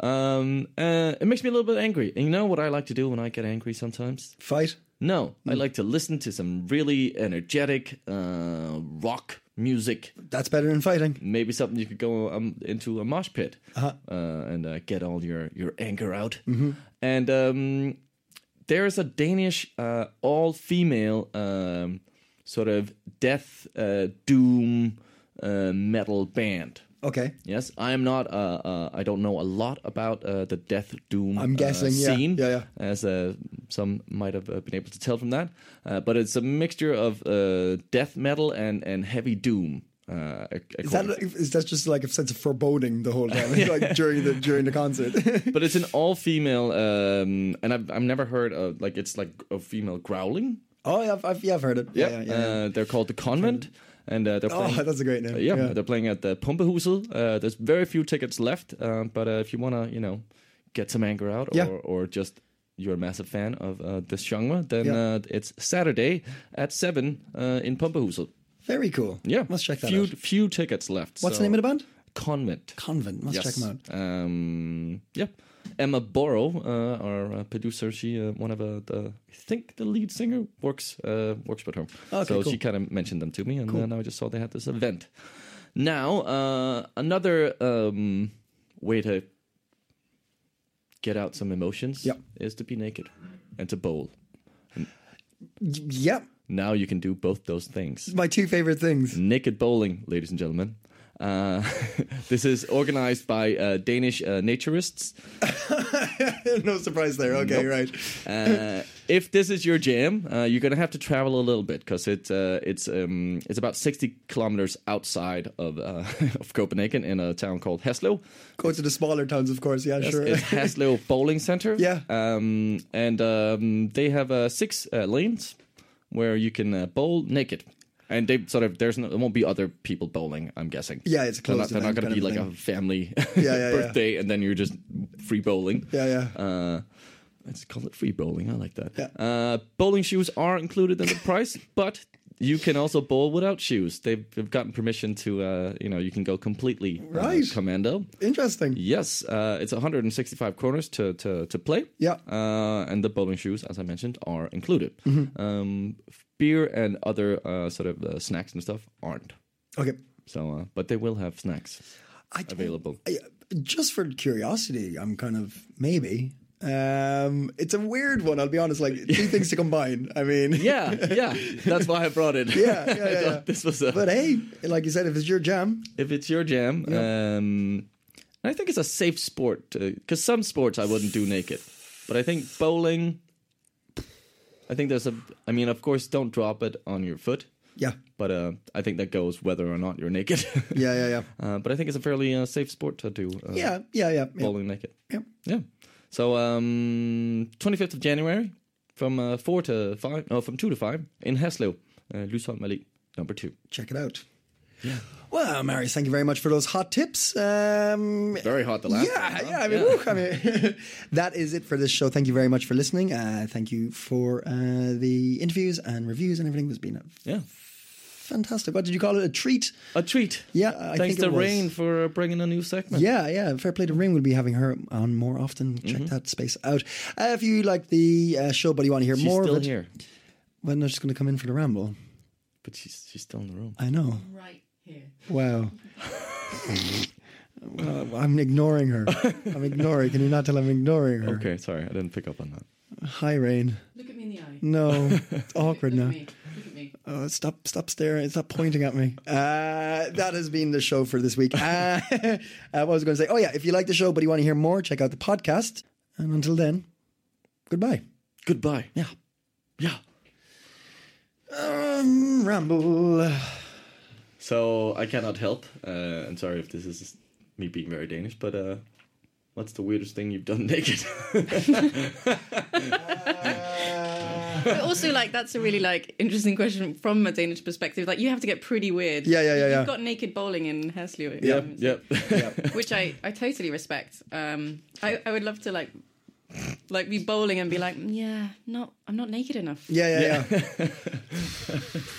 S5: Um, uh, it makes me a little bit angry. And you know what I like to do when I get angry sometimes?
S2: Fight.
S5: No, I like to listen to some really energetic uh, rock music.
S2: That's better than fighting.
S5: Maybe something you could go um, into a mosh pit uh, and uh, get all your your anger out. And um, there is a Danish uh, all female um, sort of death uh, doom uh, metal band.
S2: Okay.
S5: Yes, I am not. Uh, uh, I don't know a lot about uh, the death doom.
S2: I'm guessing,
S5: uh,
S2: yeah,
S5: scene,
S2: yeah, yeah.
S5: As uh, some might have uh, been able to tell from that, uh, but it's a mixture of uh, death metal and and heavy doom. Uh, ac-
S2: Is that
S5: according-
S2: is that just like a sense of foreboding the whole time, like during the during the concert?
S5: but it's an all female, um, and I've I've never heard of like it's like a female growling.
S2: oh, yeah, I've, I've, yeah, I've heard it. Yeah, yeah, yeah. yeah.
S5: Uh, they're called the Convent, and uh, they're
S2: Oh,
S5: playing.
S2: that's a great name.
S5: Uh, yeah,
S2: Yeah.
S5: they're playing at the Pumpehuset. Uh, there's very few tickets left, um, but uh, if you want to, you know, get some anger out,
S2: Yeah.
S5: or, or just you're a massive fan of uh, this genre, then
S2: Yeah.
S5: uh, it's Saturday at seven uh, in Pumpehuset.
S2: Very cool.
S5: Yeah,
S2: must check that
S5: few,
S2: out.
S5: Few tickets left.
S2: What's the name of the band?
S5: Convent?
S2: Convent. Must check
S5: Yes.
S2: them out.
S5: Um, yeah. Emma Borrow, uh, our uh, producer, she uh, one of uh, the I think the lead singer works uh, works with her.
S2: Okay,
S5: so
S2: cool.
S5: she kind of mentioned them to me, and then I just saw they had this event. Now uh, another um, way to get out some emotions
S2: Yep.
S5: is to be naked and to bowl.
S2: Yep,
S5: Now you can do both those things.
S2: my two favorite things. <laughs>
S5: Naked bowling, ladies and gentlemen. Uh, <laughs> this is organized by uh, Danish uh, naturists.
S2: no surprise there. Okay, right.
S5: Uh, if this is your jam, uh, you're gonna have to travel a little bit because it's uh, it's um, it's about 60 kilometers outside of uh, <laughs> of Copenhagen in a town called Heslo.
S2: Go to the smaller towns, of course. Yeah, sure.
S5: It's Heslo Bowling Center.
S2: Yeah.
S5: um, and um, they have uh, six uh, lanes where you can uh, bowl naked. And they sort of there's no, there won't be other people bowling. I'm guessing.
S2: Yeah, it's a
S5: They're not,
S2: closed
S5: they're not
S2: event
S5: going to
S2: kind
S5: be
S2: of
S5: like
S2: thing.
S5: a family <laughs>
S2: yeah, yeah.
S5: birthday, and then you're just free bowling.
S2: <laughs> Yeah, yeah.
S5: Uh, let's call it free bowling. I like that.
S2: Yeah.
S5: Uh, bowling shoes are
S2: <laughs>
S5: included in the price, but you can also bowl without shoes. They've, they've gotten permission to, uh, you know, you can go completely uh,
S2: Right.
S5: commando.
S2: Interesting.
S5: Yes, uh, it's 165 kroners to, to, to play.
S2: Yeah.
S5: Uh, and the bowling shoes, as I mentioned, are included.
S2: Mm-hmm.
S5: Um, beer and other uh, sort of uh, snacks and stuff aren't.
S2: Okay.
S5: So, uh, but they will have snacks
S2: I, <laughs>
S5: available.
S2: I- just for curiosity, I'm kind of maybe. Um, it's a weird one. I'll be honest.
S5: <laughs>
S2: Like two things to combine. I mean,
S5: yeah, yeah. That's why I brought
S2: <laughs>
S5: it.
S2: yeah, yeah,
S5: I
S2: yeah,
S5: thought
S2: yeah.
S5: <laughs> This was a,
S2: But hey, like you said, if it's your jam,
S5: if it's your jam. Um, and I think it's a safe sport because some sports I wouldn't do naked, but I think bowling. I think there's a. I mean, of course, don't drop it on your foot,
S2: yeah,
S5: but uh, I think that goes whether or not you're naked. <laughs>
S2: yeah, yeah, yeah,
S5: Uh, but I think it's a fairly uh, safe sport to do. Uh,
S2: yeah, yeah, yeah. yeah.
S5: Bowling naked.
S2: Yep.
S5: Yeah. So, um, 25th of January from uh, 4 to 5, no, from 2 to 5 in Haslo, uh, Lysholm Allé. number two.
S2: Check it out. Well, Marius, thank you very much for those hot tips. Um,
S5: Very hot the last
S2: yeah,
S5: time, huh?
S2: yeah. I mean, woo, I mean <laughs> that is it for this show. Thank you very much for listening. Uh, thank you for uh, the interviews and reviews and everything. It's been a
S5: Yeah.
S2: fantastic. What did you call it? A treat.
S5: A treat.
S2: Yeah, I
S5: Thanks
S2: think
S5: to
S2: it was.
S5: Rain for uh, bringing a new segment.
S2: Yeah, yeah. Fair play to Ring. We'll be having her on more often. Check
S5: Mm-hmm.
S2: that space out. Uh, if you like the uh, show, but you want to hear
S5: She's
S2: more
S5: still
S2: of it,
S5: here,
S2: well, no, she's going to come in for the ramble.
S5: but she's she's still in the room.
S2: I know.
S7: Right here.
S2: Wow. Well, I'm ignoring
S5: <laughs>
S2: her. I'm ignoring. Can you not tell I'm ignoring her?
S5: Okay, sorry, I didn't pick up on that.
S2: Hi, Rain.
S7: Look at me in the eye.
S2: No,
S5: <laughs>
S2: it's awkward now.
S7: Look at me.
S2: Oh, stop, stop staring. Stop pointing at me. Uh, that has been the show for this week. Uh, <laughs> I was going to say, oh, yeah, if you like the show but you want to hear more, check out the podcast. And until then, goodbye.
S5: Goodbye.
S2: Yeah.
S5: Yeah.
S2: Um, ramble. <laughs>
S5: So I cannot help. Uh, I'm sorry if this is me being very Danish, but uh, what's the weirdest thing you've done <laughs> naked?
S4: But also, like, that's a really like interesting question from a Danish perspective. Like, you have to get pretty weird.
S2: Yeah, yeah, yeah, yeah.
S4: You've got naked bowling in Hersley.
S5: yep, yep.
S4: which I, I totally respect. Um, I, I would love to like like be bowling and be like, "Mm, yeah, not I'm not naked enough.
S2: Yeah, yeah, yeah. <laughs>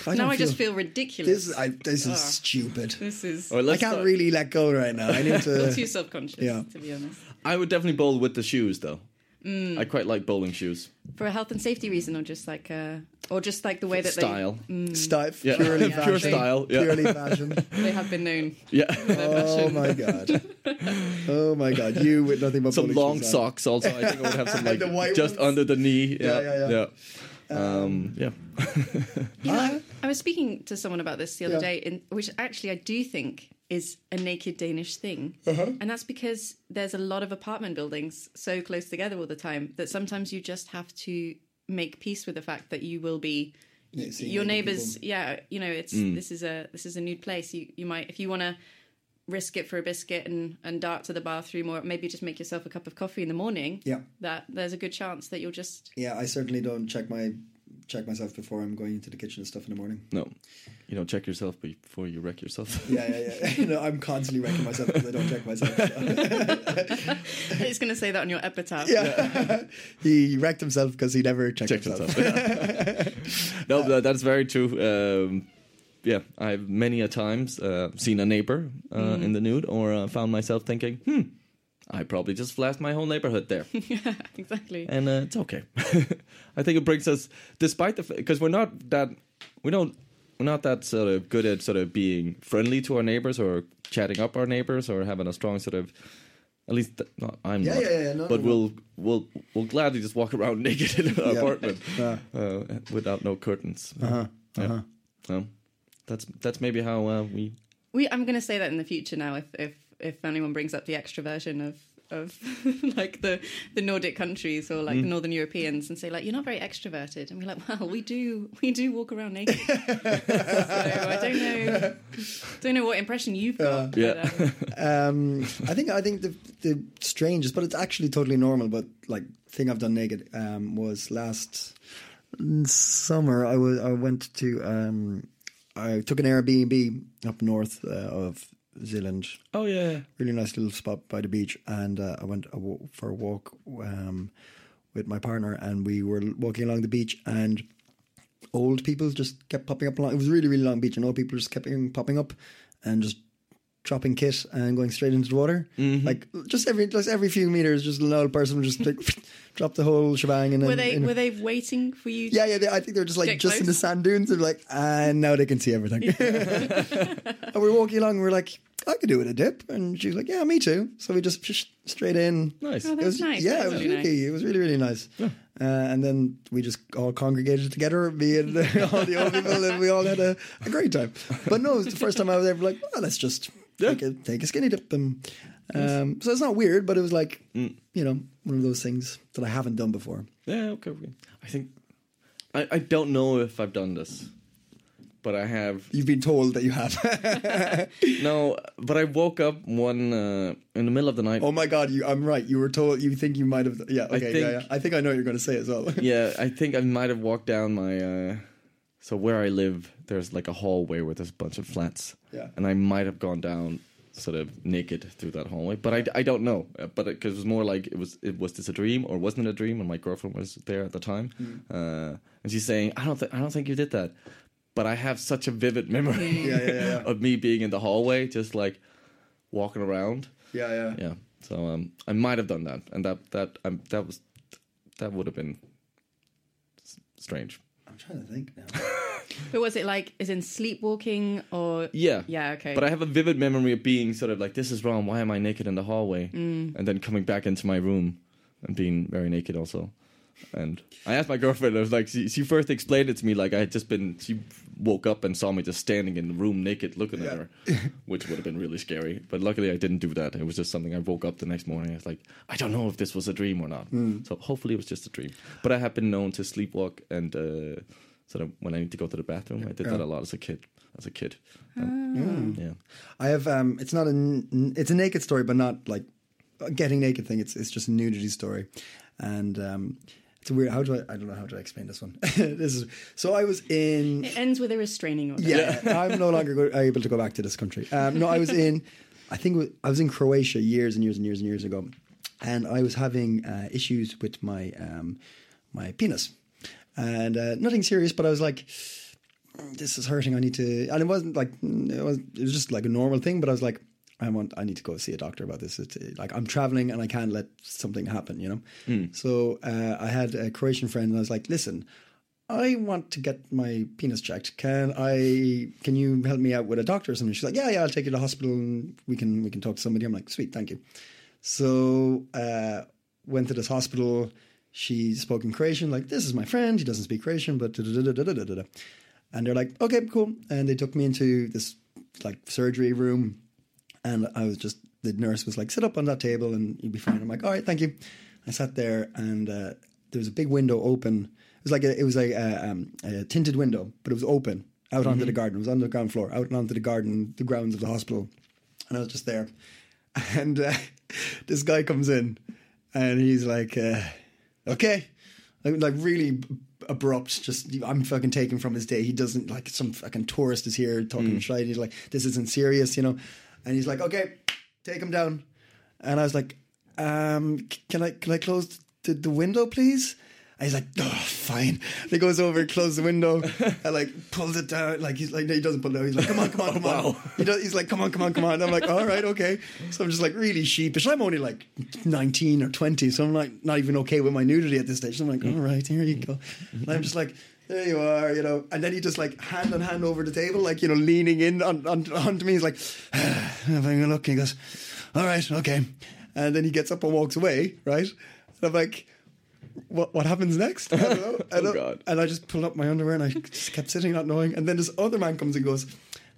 S2: I
S4: now
S2: don't
S4: I just feel ridiculous.
S2: This, I, Oh, this is
S4: Ah.
S2: stupid.
S4: This is
S5: Or
S2: I
S5: let's
S2: can't
S5: not-
S2: really let go right now. I need to.
S4: too subconscious,
S2: Yeah.
S4: to be honest.
S5: I would definitely bowl with the shoes, though.
S4: Mm.
S5: I quite like bowling shoes.
S4: For a health and safety reason, or just like uh, or just like the way that
S5: Style.
S2: Style, <laughs>
S5: Yeah.
S2: purely
S5: <laughs> Pure
S2: fashion.
S5: style, yeah.
S2: Purely
S5: <laughs>
S2: fashion.
S4: they they have been known.
S5: Yeah.
S2: Oh my god. Oh my god. You with nothing but
S5: some
S2: bowling
S5: long
S2: shoes on.
S5: socks also. I think I would have <laughs> some like
S2: The white
S5: just
S2: ones.
S5: under the knee. Yeah,
S2: yeah,
S5: yeah,
S2: yeah.
S5: Um, yeah. <laughs>
S4: You know, I, I was speking to someone about this the other
S2: Yeah.
S4: day, in, which actually I do think is a naked Danish thing,
S2: Uh-huh.
S4: and that's because there's a lot of apartment buildings so close together all the time that sometimes you just have to make peace with the fact that you will be
S2: seeing
S4: your
S2: naked
S4: neighbors. Yeah, you know, it's this is a this is a nude place. You you might if you want to risk it for a biscuit and and dart to the bathroom or maybe just make yourself a cup of coffee in the morning.
S2: Yeah.
S4: that there's a good chance that you'll just
S2: Yeah, I certainly don't check my check myself before I'm going into the kitchen and stuff in the
S5: <laughs>
S2: morning.
S5: No, you know, check yourself before you wreck yourself.
S2: Yeah, yeah, yeah. <laughs> you know, I'm constantly wrecking myself because I don't check myself.
S5: <laughs>
S4: <laughs> it's going to say that on your epitaph.
S2: he wrecked himself because he never checked,
S5: Check
S2: himself.
S5: yourself. no, but that's very true. Um, yeah, I've many a times uh, seen a neighbor uh, in the nude, or uh, found myself thinking, "Hmm, I probably just flashed my whole neighborhood there."
S4: exactly.
S5: and uh, it's okay. <laughs> I think it brings us, despite the because we're not that we don't we're not that sort of good at sort of being friendly to our neighbors or chatting up our neighbors or having a strong sort of at least th- not I'm
S2: Yeah,
S5: not,
S2: yeah, yeah, no,
S5: but
S2: no,
S5: we'll we'll we'll gladly just walk <laughs> around naked in our apartment
S2: <laughs>
S5: uh, without no curtains. Uh-huh, uh-huh. that's that's maybe how uh, we.
S4: We, I'm going to say that in the future now. If if if anyone brings up the extroversion of of <laughs> like the the Nordic countries or like the Northern Europeans and say like you're not very extroverted, and we're like, well, we do we do walk around naked. <laughs> so I don't know don't know what impression you've got. but,
S5: Yeah.
S4: um,
S2: Um, <laughs> I think I think the the strangest, but it's actually totally normal. But like thing I've done naked um, was last summer. I was I went to um, I took an Airbnb up north uh, of Zealand,
S5: Oh yeah,
S2: really nice little spot by the beach, and uh, I went a wa- for a walk um, with my partner, and we were walking along the beach, and old people just kept popping up along. It was a really really long beach, and old people just kept popping up, and just dropping kit and going straight into the water. Like just every just every few meters, just an old person would just like <laughs> drop the whole shebang, and then
S4: were they
S2: in-
S4: were they waiting for you? to-
S2: yeah, yeah. They, I think they're just like
S4: Get
S2: just in the
S4: close.
S2: sand dunes. They're like, and now they can see everything. and we're walking along. <laughs> and we're like, I could do it a dip, and she's like, Yeah, me too. So we just psh, straight in.
S5: nice.
S4: Oh,
S2: It
S4: that's
S2: was,
S4: nice.
S2: Yeah,
S4: That's
S2: it was
S4: really
S2: really,
S4: nice.
S2: it was really, really nice. Uh, and then we just all congregated together, me and the, <laughs> all the old people, and we all had a, a great time. But no, it was the first time I was ever like, well, let's just take, a, take a skinny dip. And, um, so it's not weird, but it was like, you know, one of those things that I haven't done before.
S5: Yeah, okay. okay. I think I, I don't know if I've done this, but I have.
S2: You've been told that you have. <laughs>
S5: No, but I woke up one uh, in the middle of the night.
S2: Oh my god, you, I'm right. You were told you think you might have yeah, okay,
S5: think-
S2: yeah, yeah. I think I know what you're gonna say as well.
S5: Yeah, I think I might have walked down my uh, So where I live, there's like a hallway where there's a bunch of flats.
S2: Yeah.
S5: And I might have gone down sort of naked through that hallway, but I, I don't know. Uh, But because it, was more like it was it was this a dream or wasn't it a dream? And my girlfriend was there at the time,
S2: Mm-hmm.
S5: uh, and she's saying, I don't th- I don't think you did that, but I have such a vivid memory
S2: Yeah, yeah, yeah.
S5: <laughs> of me being in the hallway, just like walking around.
S2: <laughs> Yeah, yeah.
S5: Yeah. So um, I might have done that, and that that um, that was that would have been s- strange.
S2: I'm trying to think now.
S4: But was it like, is in sleepwalking or?
S5: Yeah.
S4: Yeah, okay.
S5: But I have a vivid memory of being sort of like, this is wrong. Why am I naked in the hallway?
S4: Mm.
S5: And then coming back into my room and being very naked also. And I asked my girlfriend, I was like, she, she first explained it to me like I had just been, she woke up and saw me just standing in the room naked looking at her, which would have been really scary. But luckily I didn't do that. It was just something I woke up the next morning. I was like, I don't know if this was a dream or not. So hopefully it was just a dream. But I have been known to sleepwalk and uh, sort of when I need to go to the bathroom, I did that a lot as a kid. As a kid. Um, Yeah.
S2: I have. Um, it's not a. n- n- It's a naked story, but not like a getting naked thing. It's it's just a nudity story, and um, it's a weird. How do I? I don't know how to explain this one. <laughs> this is so. I was in.
S4: It ends with a restraining order.
S2: Yeah, I'm no longer go, able to go back to this country. Um, no, I was in, I think it was- I was in Croatia years and years and years and years ago, and I was having uh, issues with my um, my penis, and uh, nothing serious, but I was like, "Mm, this is hurting. I need to, and it wasn't like mm, it was it was just like a normal thing, but I was like. I want. I need to go see a doctor about this. It's uh, like I'm traveling and I can't let something happen, you know. So uh, I had a Croatian friend, and I was like, "Listen, I want to get my penis checked. Can I? Can you help me out with a doctor or something? She's like, yeah, yeah, I'll take you to the hospital and we can we can talk to somebody. I'm like, sweet, thank you. So uh, went to this hospital. She spoke in Croatian. Like, this is my friend. He doesn't speak Croatian, but da da da da da da da. da. And they're like, okay, cool. And they took me into this like surgery room and I was just the nurse was like, sit up on that table and you'll be fine. I'm like, all right, thank you. I sat there and uh, there was a big window open. It was like a, it was like a, um, a tinted window, but it was open out onto the garden. It was on the ground floor, out and onto the garden, the grounds of the hospital. And I was just there, <laughs> and uh, this guy comes in, and he's like, uh, okay, like, like really abrupt. Just I'm fucking taken from his day. He doesn't like some fucking tourist is here talking shit. He's like, this isn't serious, you know. And he's like, okay, take him down. And I was like, um, c- can I can I close the, the window, please? And he's like, oh, fine. And he goes over, closes the window, and like pulls it down. Like he's like, no, he doesn't pull it down. He's like, come on, come on, come on. He does, he's like, come on, come on, come on. And I'm like, all right, okay. So I'm just like really sheepish. I'm only like 19 or 20, so I'm like not even okay with my nudity at this stage. So I'm like, all right, here you go. And I'm just like, there you are, you know. And then he just like hand on hand over the table, like you know, leaning in on, on onto me. He's like, <sighs> having a look. He goes, all right, okay. And then he gets up and walks away, right? And I'm like, what what happens next? I don't know. I don't-
S5: God.
S2: And I just pulled up my underwear and I just kept sitting, not knowing. And then this other man comes and goes,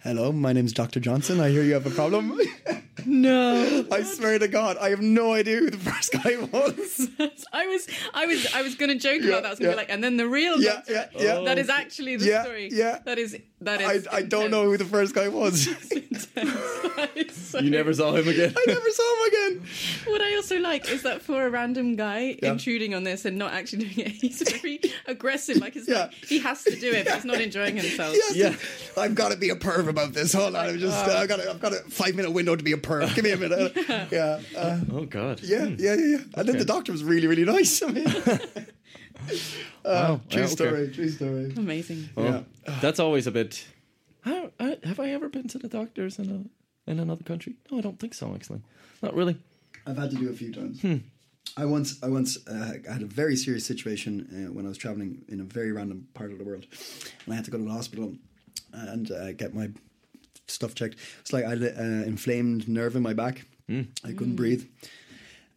S2: "Hello, my name's Doctor Johnson. I hear you have a problem."
S5: <laughs>
S4: No.
S2: I swear to God, I have no idea who the first guy
S4: <laughs>
S2: was.
S4: <laughs> I was, I was, I was going to joke
S2: Yeah,
S4: about that. I was
S2: yeah.
S4: going to be like, and then the real.
S2: Yeah, yeah, yeah.
S4: Oh. That is
S5: Oh,
S4: actually the
S2: Yeah,
S4: story.
S2: yeah.
S4: That is. That
S2: I,
S4: is.
S2: I don't know who the first guy was.
S4: intense. <laughs> That is so-
S5: You never saw him again.
S2: <laughs> I never saw him again.
S4: What I also like is that for a random guy
S2: Yeah.
S4: intruding on this and not actually doing it, he's
S2: <laughs>
S4: very aggressive. Like, it's
S2: Yeah.
S4: like he has to do it, but he's not enjoying himself.
S2: Yes.
S5: Yeah.
S2: I've got to be a perv about this. Hold on, I'm just I've got a, I've got a five minute window to be a perv. Give me a minute. yeah, uh,
S5: <laughs> Oh God.
S2: yeah, yeah, yeah, yeah. And then the doctor was really, really nice. <laughs> I mean,
S5: Wow.
S2: true
S5: Yeah, Oh, okay. Hmm.
S2: story, true story.
S4: Amazing.
S5: Well, That's always a bit. How, I, have I ever been to the doctors in a in another country? No, I don't think so. Actually, not really.
S2: I've had to do a few times. I once, I once uh, had a very serious situation uh, when I was traveling in a very random part of the world, and I had to go to the hospital and uh, get my stuff checked. It's like I had an inflamed nerve in my back. I couldn't breathe,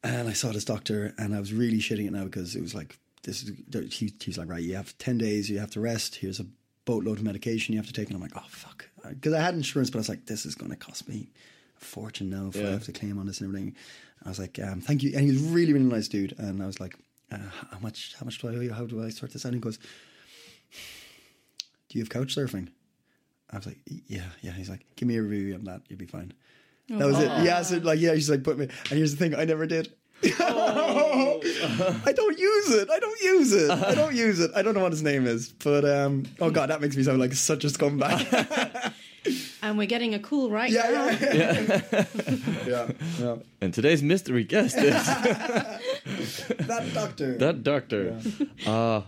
S2: and I saw this doctor, and I was really shitting it now because it was like this is. there- He, he was like, right, you have ten days, you have to rest. Here's a boatload of medication you have to take, and I'm like, oh fuck, because I had insurance, but I was like, this is going to cost me a fortune now if I
S5: Yeah.
S2: have to claim on this and everything. I was like, um, thank you, and he was really really nice dude, and I was like, uh, how much how much do I owe you? How do I sort this out? And he goes, do you have couch surfing? I was like, yeah, yeah. He's like, give me a review on that. You'll be fine. That was it. Yeah. So like, yeah, she's like, put me. And here's the thing, I never did. Oh. <laughs> I don't use it. I don't use it. I don't use it. I don't know what his name is, but um, oh god, that makes me sound like such a scumbag.
S4: And we're getting a call right
S2: yeah,
S4: now.
S2: yeah, yeah, <laughs> yeah, yeah.
S5: And today's mystery guest is
S2: <laughs> That doctor.
S5: that doctor. Uh,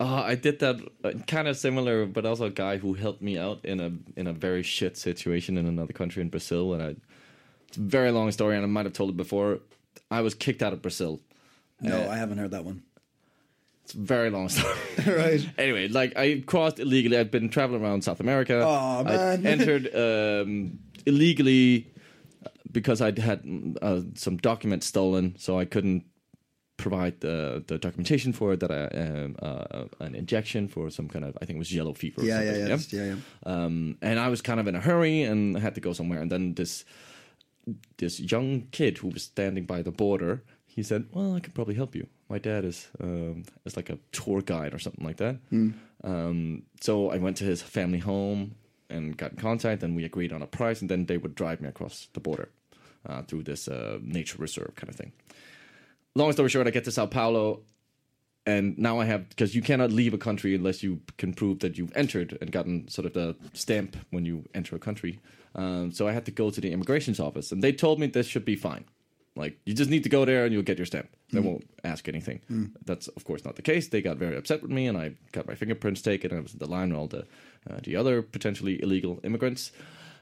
S5: uh, I did that uh, kind of similar, but also a guy who helped me out in a in a very shit situation in another country in Brazil. And I, it's a very long story, and I might have told it before. I was kicked out of Brazil.
S2: no, I haven't heard that one. <laughs>
S5: It's a very long story. <laughs>
S2: right.
S5: anyway, like I crossed illegally. I've been traveling around South America.
S2: Aw, man.
S5: I entered um, illegally because I'd had mm, uh, some documents stolen, so I couldn't provide the, the documentation for it that I um, uh, an injection for some kind of I think it was yellow fever. or
S2: Yeah, yeah, yeah,
S5: something,
S2: that's- yeah, yeah.
S5: Um, and I was kind of in a hurry and had to go somewhere, and then this this young kid who was standing by the border, he said, "Well, I can probably help you. My dad is um, is like a tour guide or something like that." Um, so I went to his family home and got in contact, and we agreed on a price, and then they would drive me across the border uh, through this uh, nature reserve kind of thing. Long story short, I get to Sao Paulo, and now I have because you cannot leave a country unless you can prove that you've entered and gotten sort of the stamp when you enter a country. Um, so I had to go to the immigration's office, and they told me this should be fine. Like you just need to go there and you'll get your stamp.
S2: Mm.
S5: They won't ask anything. That's of course not the case. They got very upset with me, and I got my fingerprints taken. I was in the line with all the uh, the other potentially illegal immigrants.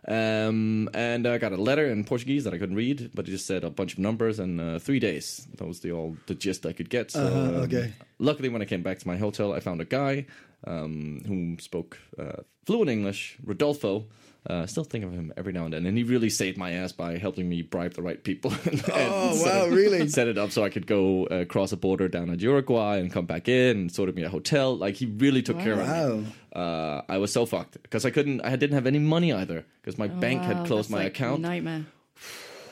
S5: Um, and I got a letter in Portuguese that I couldn't read, but it just said a bunch of numbers and uh, three days. That was the all the gist I could get. So,
S2: Uh-huh,
S5: um,
S2: okay.
S5: Luckily, when I came back to my hotel, I found a guy um, who spoke uh, fluent English, Rodolfo. Uh, I still think of him every now and then, and he really saved my ass by helping me bribe the right people. <laughs> and
S2: Oh,
S5: set
S2: wow,
S5: it-
S2: <laughs> really?
S5: Set it up so I could go uh, cross a border down at Uruguay and come back in and sorted me a hotel. Like he really took care of me
S2: Wow.
S5: uh, I was so fucked because I couldn't. I didn't have any money either because my bank
S4: Oh, Wow,
S5: had closed
S4: that's
S5: my
S4: like
S5: account
S4: Nightmare.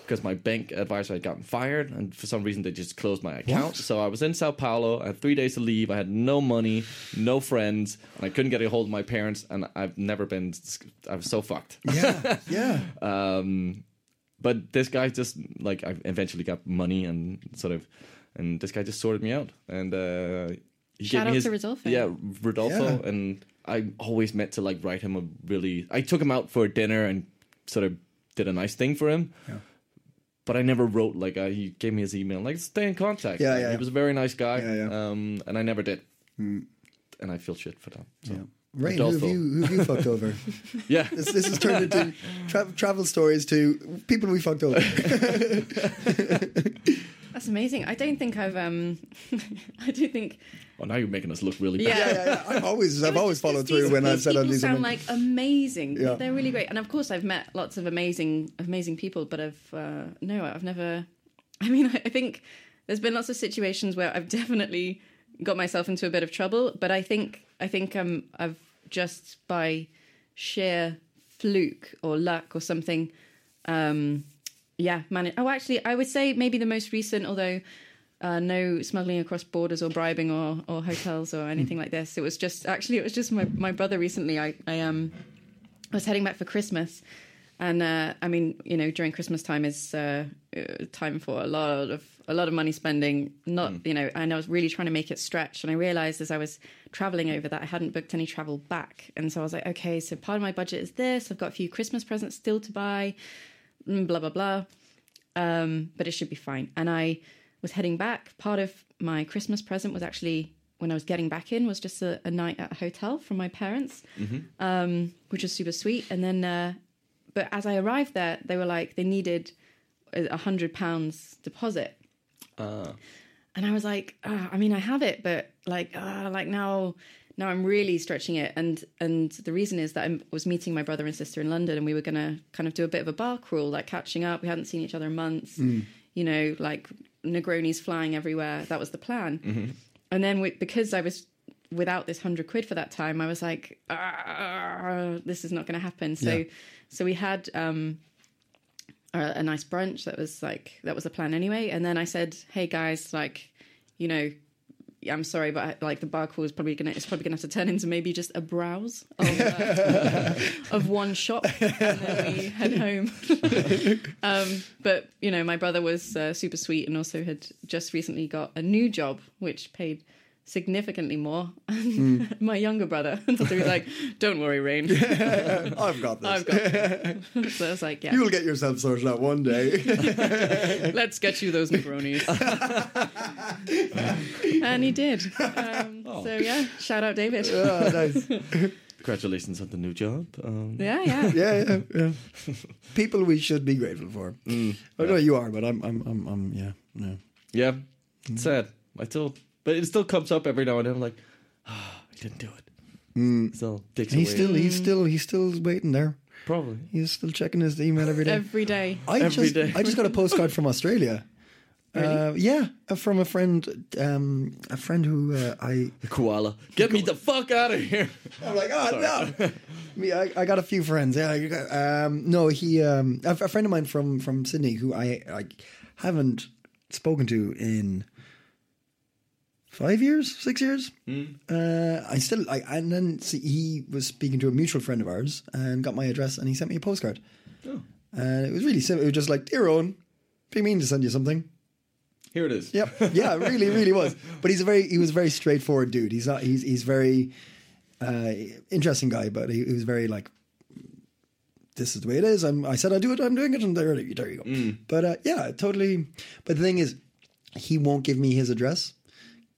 S5: because my bank advisor had gotten fired, and for some reason they just closed my account. So I was in Sao Paulo. I had three days to leave. I had no money, no friends, and I couldn't get a hold of my parents. And I've never been. I was so fucked.
S2: Yeah, yeah.
S5: but this guy just like I eventually got money and sort of, and this guy just sorted me out and uh, he
S4: Shout
S5: gave me
S4: out
S5: his
S4: to Rodolfo.
S5: yeah Rodolfo
S2: Yeah.
S5: and I always meant to like write him a really I took him out for dinner and sort of did a nice thing for him. But I never wrote like I, he gave me his email like stay in contact.
S2: Yeah,
S5: Like,
S2: yeah.
S5: He was a very nice guy.
S2: Yeah, yeah. Mm.
S5: Um, and I never did. And I feel shit for that. So.
S2: Rain, who have
S5: Rodolfo.
S2: you who have you fucked over?
S5: Yeah.
S2: This this has turned into tra- travel stories to people we fucked over.
S4: That's amazing. I don't think I've um <laughs> I do think
S5: well, Oh, now you're making us look really
S4: yeah.
S5: bad.
S2: yeah, yeah, yeah. I've always
S4: It
S2: I've
S4: was
S2: always
S4: just 'cause
S2: followed through
S4: these-
S2: when I've
S4: these
S2: said I'll
S4: people
S2: do
S4: sound
S2: something.
S4: like amazing.
S2: Yeah.
S4: They're really great, and of course I've met lots of amazing, amazing people. But I've uh, no, I've never. I mean, <laughs> I think there's been lots of situations where I've <laughs> definitely got myself into a bit of trouble. But I think I think um, I've just by sheer fluke or luck or something. Um, yeah, man. Oh, actually, I would say maybe the most recent, although uh, no smuggling across borders or bribing or, or hotels or anything like this. It was just actually it was just my, my brother recently. I I um was heading back for Christmas, and uh, I mean you know during Christmas time is uh, uh, time for a lot of a lot of money spending. Not you know, and I was really trying to make it stretch. And I realized as I was traveling over that I hadn't booked any travel back, and so I was like, okay, so part of my budget is this. I've got a few Christmas presents still to buy. mm, Blah blah blah um, but it should be fine. And I was heading back. Part of my Christmas present was actually when I was getting back in was just a, a night at a hotel from my parents, um, which was super sweet. And then, uh, but as I arrived there, they were like they needed a a hundred pounds deposit. And I was like, ah, I mean, I have it, but like, ah, like now, now I'm really stretching it. And and the reason is that I was meeting my brother and sister in London, and we were gonna kind of do a bit of a bar crawl, like catching up. We hadn't seen each other in months, you know, like Negronis flying everywhere. That was the plan. And then we, because I was without this hundred quid for that time, I was like, ah, this is not going to happen. So, so we had um, a, a nice brunch. That was like that was the plan anyway. And then I said, hey guys, like, you know, I'm sorry, but I, like the bar crawl is probably gonna it's probably gonna have to turn into maybe just a browse of, uh, of one shop, and then we head home. <laughs> um, but you know, my brother was uh, super sweet and also had just recently got a new job which paid significantly more. <laughs> my younger brother, so he was like, "Don't worry, Rain,
S1: I've got this.
S4: I've got." this." <laughs> so I was like, "Yeah,
S1: You'll get yourself sorted out one
S4: <laughs>
S1: day.
S4: let's get you those macaronis. <laughs> and he did. Um, So yeah, shout out David. Yeah,
S1: Ah, nice.
S5: Congratulations on the new job. Um,
S4: yeah.
S1: <laughs> Yeah, yeah, yeah. People we should be grateful for. I know you are, but I'm, I'm, I'm, I'm yeah, no.
S5: yeah,
S1: Mm-hmm.
S5: it's sad. I still, but it still comes up every now and then. I'm like, ah, I didn't do it. Still dicks
S1: He's
S5: away.
S1: Mm. still, he's still, he's still waiting there.
S5: probably.
S1: He's still checking his email every day.
S4: Every day.
S1: I
S5: Every
S1: just,
S5: day.
S1: I just got a postcard from Australia. Uh, yeah, uh, from a friend, um, a friend who uh, I.
S5: Koala, get me the fuck out of here. <laughs>
S1: I'm like, oh no. Me, I, I got a few friends. Yeah, you got, um, no, he, um, a, a friend of mine from from Sydney who I like haven't spoken to in five years, six years. Uh, I still, I, and then see, he was speaking to a mutual friend of ours and got my address, and he sent me a postcard. And it was really simple. It was just like, dear Owen, being mean to send you something.
S5: Here it is.
S1: Yep. Yeah, really, really was. But he's a very he was a very straightforward dude. He's not he's he's very uh interesting guy, but he, he was very like this is the way it is. I'm I said I do it, I'm doing it, and there, it- there you go. But uh yeah, totally but the thing is he won't give me his address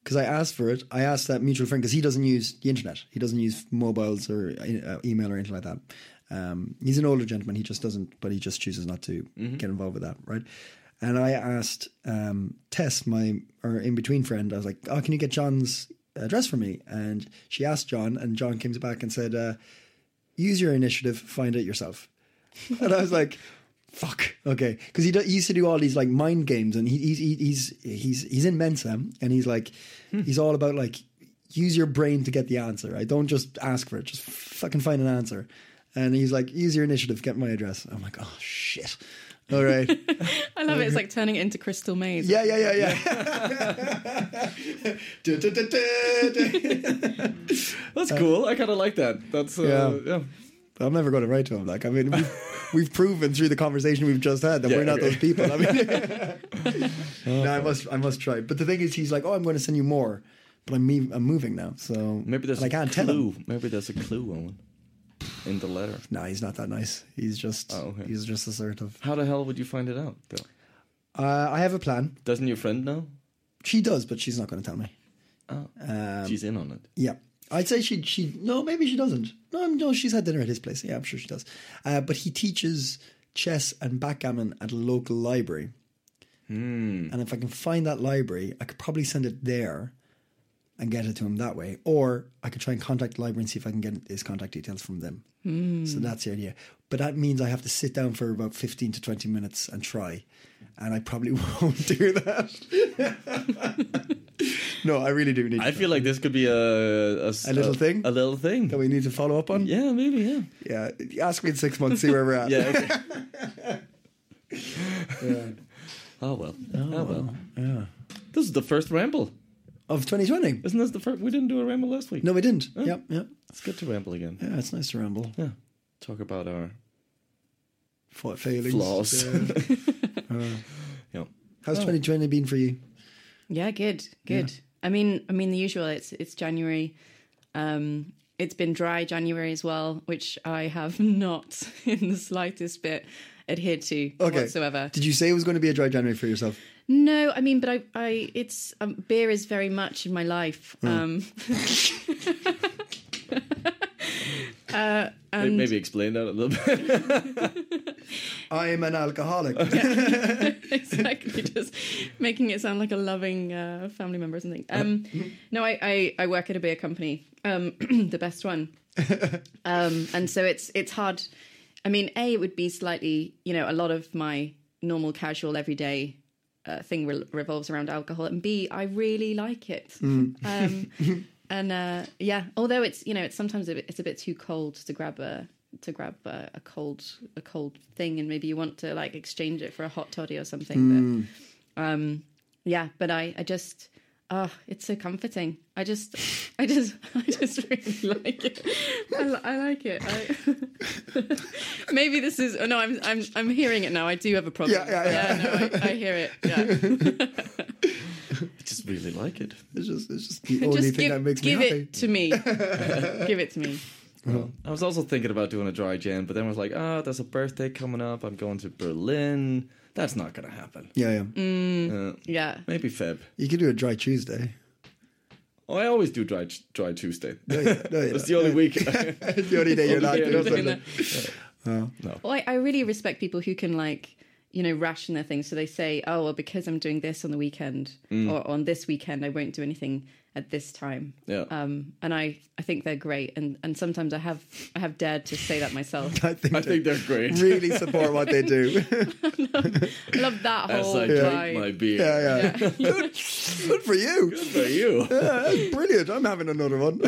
S1: because I asked for it. I asked that mutual friend because he doesn't use the internet. He doesn't use mobiles or uh, email or anything like that. Um, he's an older gentleman. He just doesn't, but he just chooses not to get involved with that, right? And I asked um, Tess, my or in between friend, I was like, "Oh, can you get John's address for me?" And she asked John, and John came back and said, uh, "Use your initiative. Find it yourself." and I was like, "Fuck, okay," because he, do- he used to do all these like mind games, and he, he's he, he's he's he's in Mensa, and he's like, he's all about like use your brain to get the answer. Right? Don't just ask for it. Just fucking find an answer. And he's like, use your initiative. Get my address. I'm like, oh shit. All right.
S4: I love it. It's like turning it into Crystal Maze.
S1: yeah, yeah, yeah, yeah. <laughs> Du- du- du- du- du.
S5: That's cool. I kind of like that. That's uh,
S1: Yeah.
S5: yeah.
S1: I'm never going to write to him. Like, I mean,
S5: <laughs>
S1: we've, we've proven through the conversation we've just had that
S5: Yeah,
S1: we're not
S5: okay.
S1: those people. I mean,
S5: <laughs>
S1: <laughs> no, I must, I must try. But the thing is, he's like, oh, I'm going to send you more, but I'm, me- I'm moving now, so
S5: Maybe there's
S1: and I
S5: a
S1: can't tell him.
S5: clue. Maybe there's a clue, Owen, in the letter.
S1: No, he's not that nice. He's just,
S5: Oh, okay.
S1: he's just assertive.
S5: How the hell would you find it out? Though?
S1: Uh, I have a plan.
S5: Doesn't your friend know?
S1: She does, but she's not going to tell me.
S5: She's in on it.
S1: Um, Yeah. I'd say she she no maybe she doesn't no I'm- no she's had dinner at his place yeah I'm sure she does uh, but he teaches chess and backgammon at a local library
S5: Hmm.
S1: and if I can find that library I could probably send it there and get it to him that way or I could try and contact the library and see if I can get his contact details from them so that's the idea but that means I have to sit down for about 15 to 20 minutes and try and I probably <laughs> won't do that <laughs> no I really do need
S5: I
S1: to
S5: feel like this could be a a, s-
S1: A little thing?
S5: A little thing.
S1: that we need to follow up on
S5: Yeah, maybe. Yeah.
S1: Yeah, ask me in six months, see where we're at.
S5: <laughs> Yeah. Okay. Oh well. Oh, well. Yeah. This is the first ramble.
S1: Of 2020.
S5: Isn't this the first? We didn't do a ramble last week.
S1: No, we didn't. Yep, yep.
S5: It's good to ramble again.
S1: Yeah, it's nice to ramble.
S5: Yeah. Talk about our
S1: Fa- failings.
S5: flaws. Oh.
S1: Yeah.
S5: yeah.
S1: How's 2020 been for you?
S4: Yeah, good, good. I mean, I mean the usual. It's it's January. Um, it's been dry January as well, which I have <laughs> not in the slightest bit adhered to whatsoever.
S1: Did you say it was going to be a dry January for yourself?
S4: No, I mean, but I, I, it's um, beer is very much in my life. Um,
S5: May- maybe explain that a little <laughs> bit.
S1: I'm an alcoholic.
S4: <laughs> exactly just making it sound like a loving uh, family member or something um no I, I i work at a beer company um <clears throat> the best one um and so it's it's hard i mean a it would be slightly you know a lot of my normal casual everyday uh, thing re- revolves around alcohol and b i really like it
S1: <laughs>
S4: um and uh yeah although it's you know it's sometimes a bit, it's a bit too cold to grab a to grab a, a cold a cold thing and maybe you want to
S1: Hmm.
S4: like exchange it for a hot toddy or something but um yeah but i i just Oh, it's so comforting. I just, I just, <laughs> I just really like it. I, li- I like it. I, <laughs> maybe this is. Oh no, I'm, I'm, I'm hearing it now. I do have a problem.
S1: Yeah, yeah, yeah.
S4: no, I, I hear it. Yeah.
S5: I just really like it.
S1: It's just, it's just
S4: <laughs>
S1: the <laughs> only
S4: just
S1: thing
S4: give,
S1: that makes
S4: give
S1: me happy.
S4: it
S1: <laughs>
S4: to me. give it to me.
S5: I was also thinking about doing a dry Jan, but then I was like, ah, there's a birthday coming up. I'm going to Berlin. That's not going to happen.
S1: Yeah, yeah.
S4: Mm. Yeah.
S5: Maybe Feb.
S1: You could do a dry Tuesday.
S5: <laughs> Oh, I always do dry dry Tuesday.
S1: No, you
S5: It's
S1: don't.
S5: the only <laughs> week. Yeah,
S1: It's the only day you're not
S5: <laughs> Yeah,
S1: doing
S5: no, no, no.
S1: something.
S4: Well, I, I really respect people who can like, you know, ration their things. So they say, oh, well, because I'm doing this on the weekend
S5: Mm.
S4: or on this weekend, I won't do anything at this time.
S5: Yeah.
S1: Uh,
S4: Um, and I, I think they're great. And, and sometimes I have, I have dared to say that myself.
S1: I think,
S5: I
S1: I
S5: think they're great.
S1: really support what they do.
S4: I love that
S5: <laughs> As
S4: whole vibe.
S5: I drink my beer.
S1: Oh, yeah, yeah. Good, good for you.
S5: For you.
S1: Yeah, that's brilliant. I'm having another one.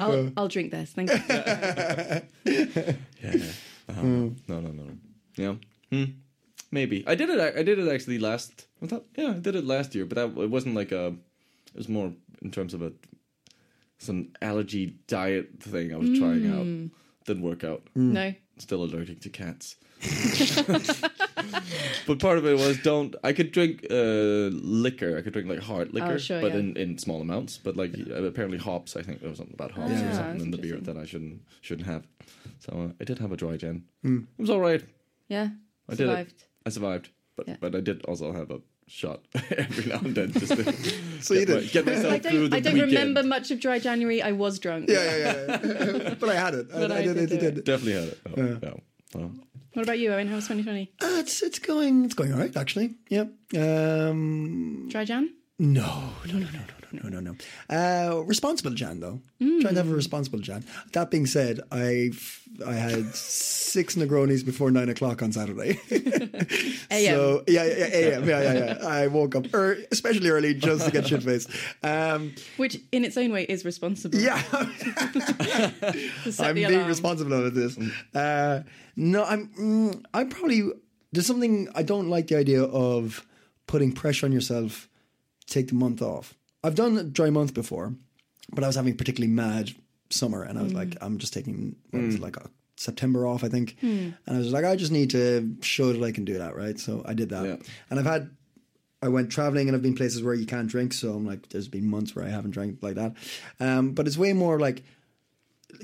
S4: I'll, I'll drink this. Thank you.
S5: Yeah. Uh-huh. No, no, no. Yeah. Hmm. Maybe I did it. ac- I did it actually last. Was that? Yeah, I did it last year, but that it wasn't like a. It was more in terms of a some allergy diet thing I was trying out. Didn't work out.
S4: no.
S5: Still allergic to cats. but part of it was don't. I could drink uh, liquor. I could drink like hard liquor,
S4: Oh, sure,
S5: but
S4: yeah.
S5: in, in small amounts. But like uh, apparently hops. I think there was something about hops or
S4: Ah,
S5: something in the
S4: that's
S5: beer that I shouldn't shouldn't have. So uh, I did have a dry gin.
S1: Hmm.
S5: It was all right.
S4: Yeah.
S5: I did
S4: survived.
S5: it. I survived, but
S4: Yeah.
S5: but I did also have a shot <laughs> every now and then just to
S1: <laughs> So you
S5: get, my,
S1: did.
S5: get myself
S4: <laughs> I
S5: through
S4: don't,
S5: the
S4: I don't
S5: weekend.
S4: remember much of dry January. I was drunk.
S1: Yeah, yeah, yeah. yeah. but I had it.
S4: But I did do it.
S5: Definitely had it. Oh, no, no.
S4: What about you, Owen? How was 2020?
S1: Uh, it's it's going it's going all right actually. Yeah. Um,
S4: Dry Jan?
S1: no, no, no, no, no, no, no, no, no. Uh, responsible Jan though. Trying to have a responsible Jan. That being said, I I had six Negronis before nine o'clock on Saturday.
S4: AM.
S1: So yeah, yeah, yeah, AM, yeah, yeah, yeah. I woke up er, especially early just to get shit faced. Um,
S4: Which in its own way is responsible.
S1: yeah.
S4: To set
S1: I'm
S4: the
S1: being
S4: alarm.
S1: responsible over this. Uh, no, I'm. Mm, I'm probably there's something I don't like the idea of putting pressure on yourself. to Take the month off. I've done a dry month before, but I was having a particularly mad summer, and I
S4: Mm.
S1: was like, I'm just taking what was it, like a September off, I think.
S4: Mm.
S1: And I was like, I just need to show that I can do that, right? So I did that,
S5: Yeah.
S1: and I've had I went traveling and I've been places where you can't drink. So I'm like, there's been months where I haven't drank like that. Um, but it's way more like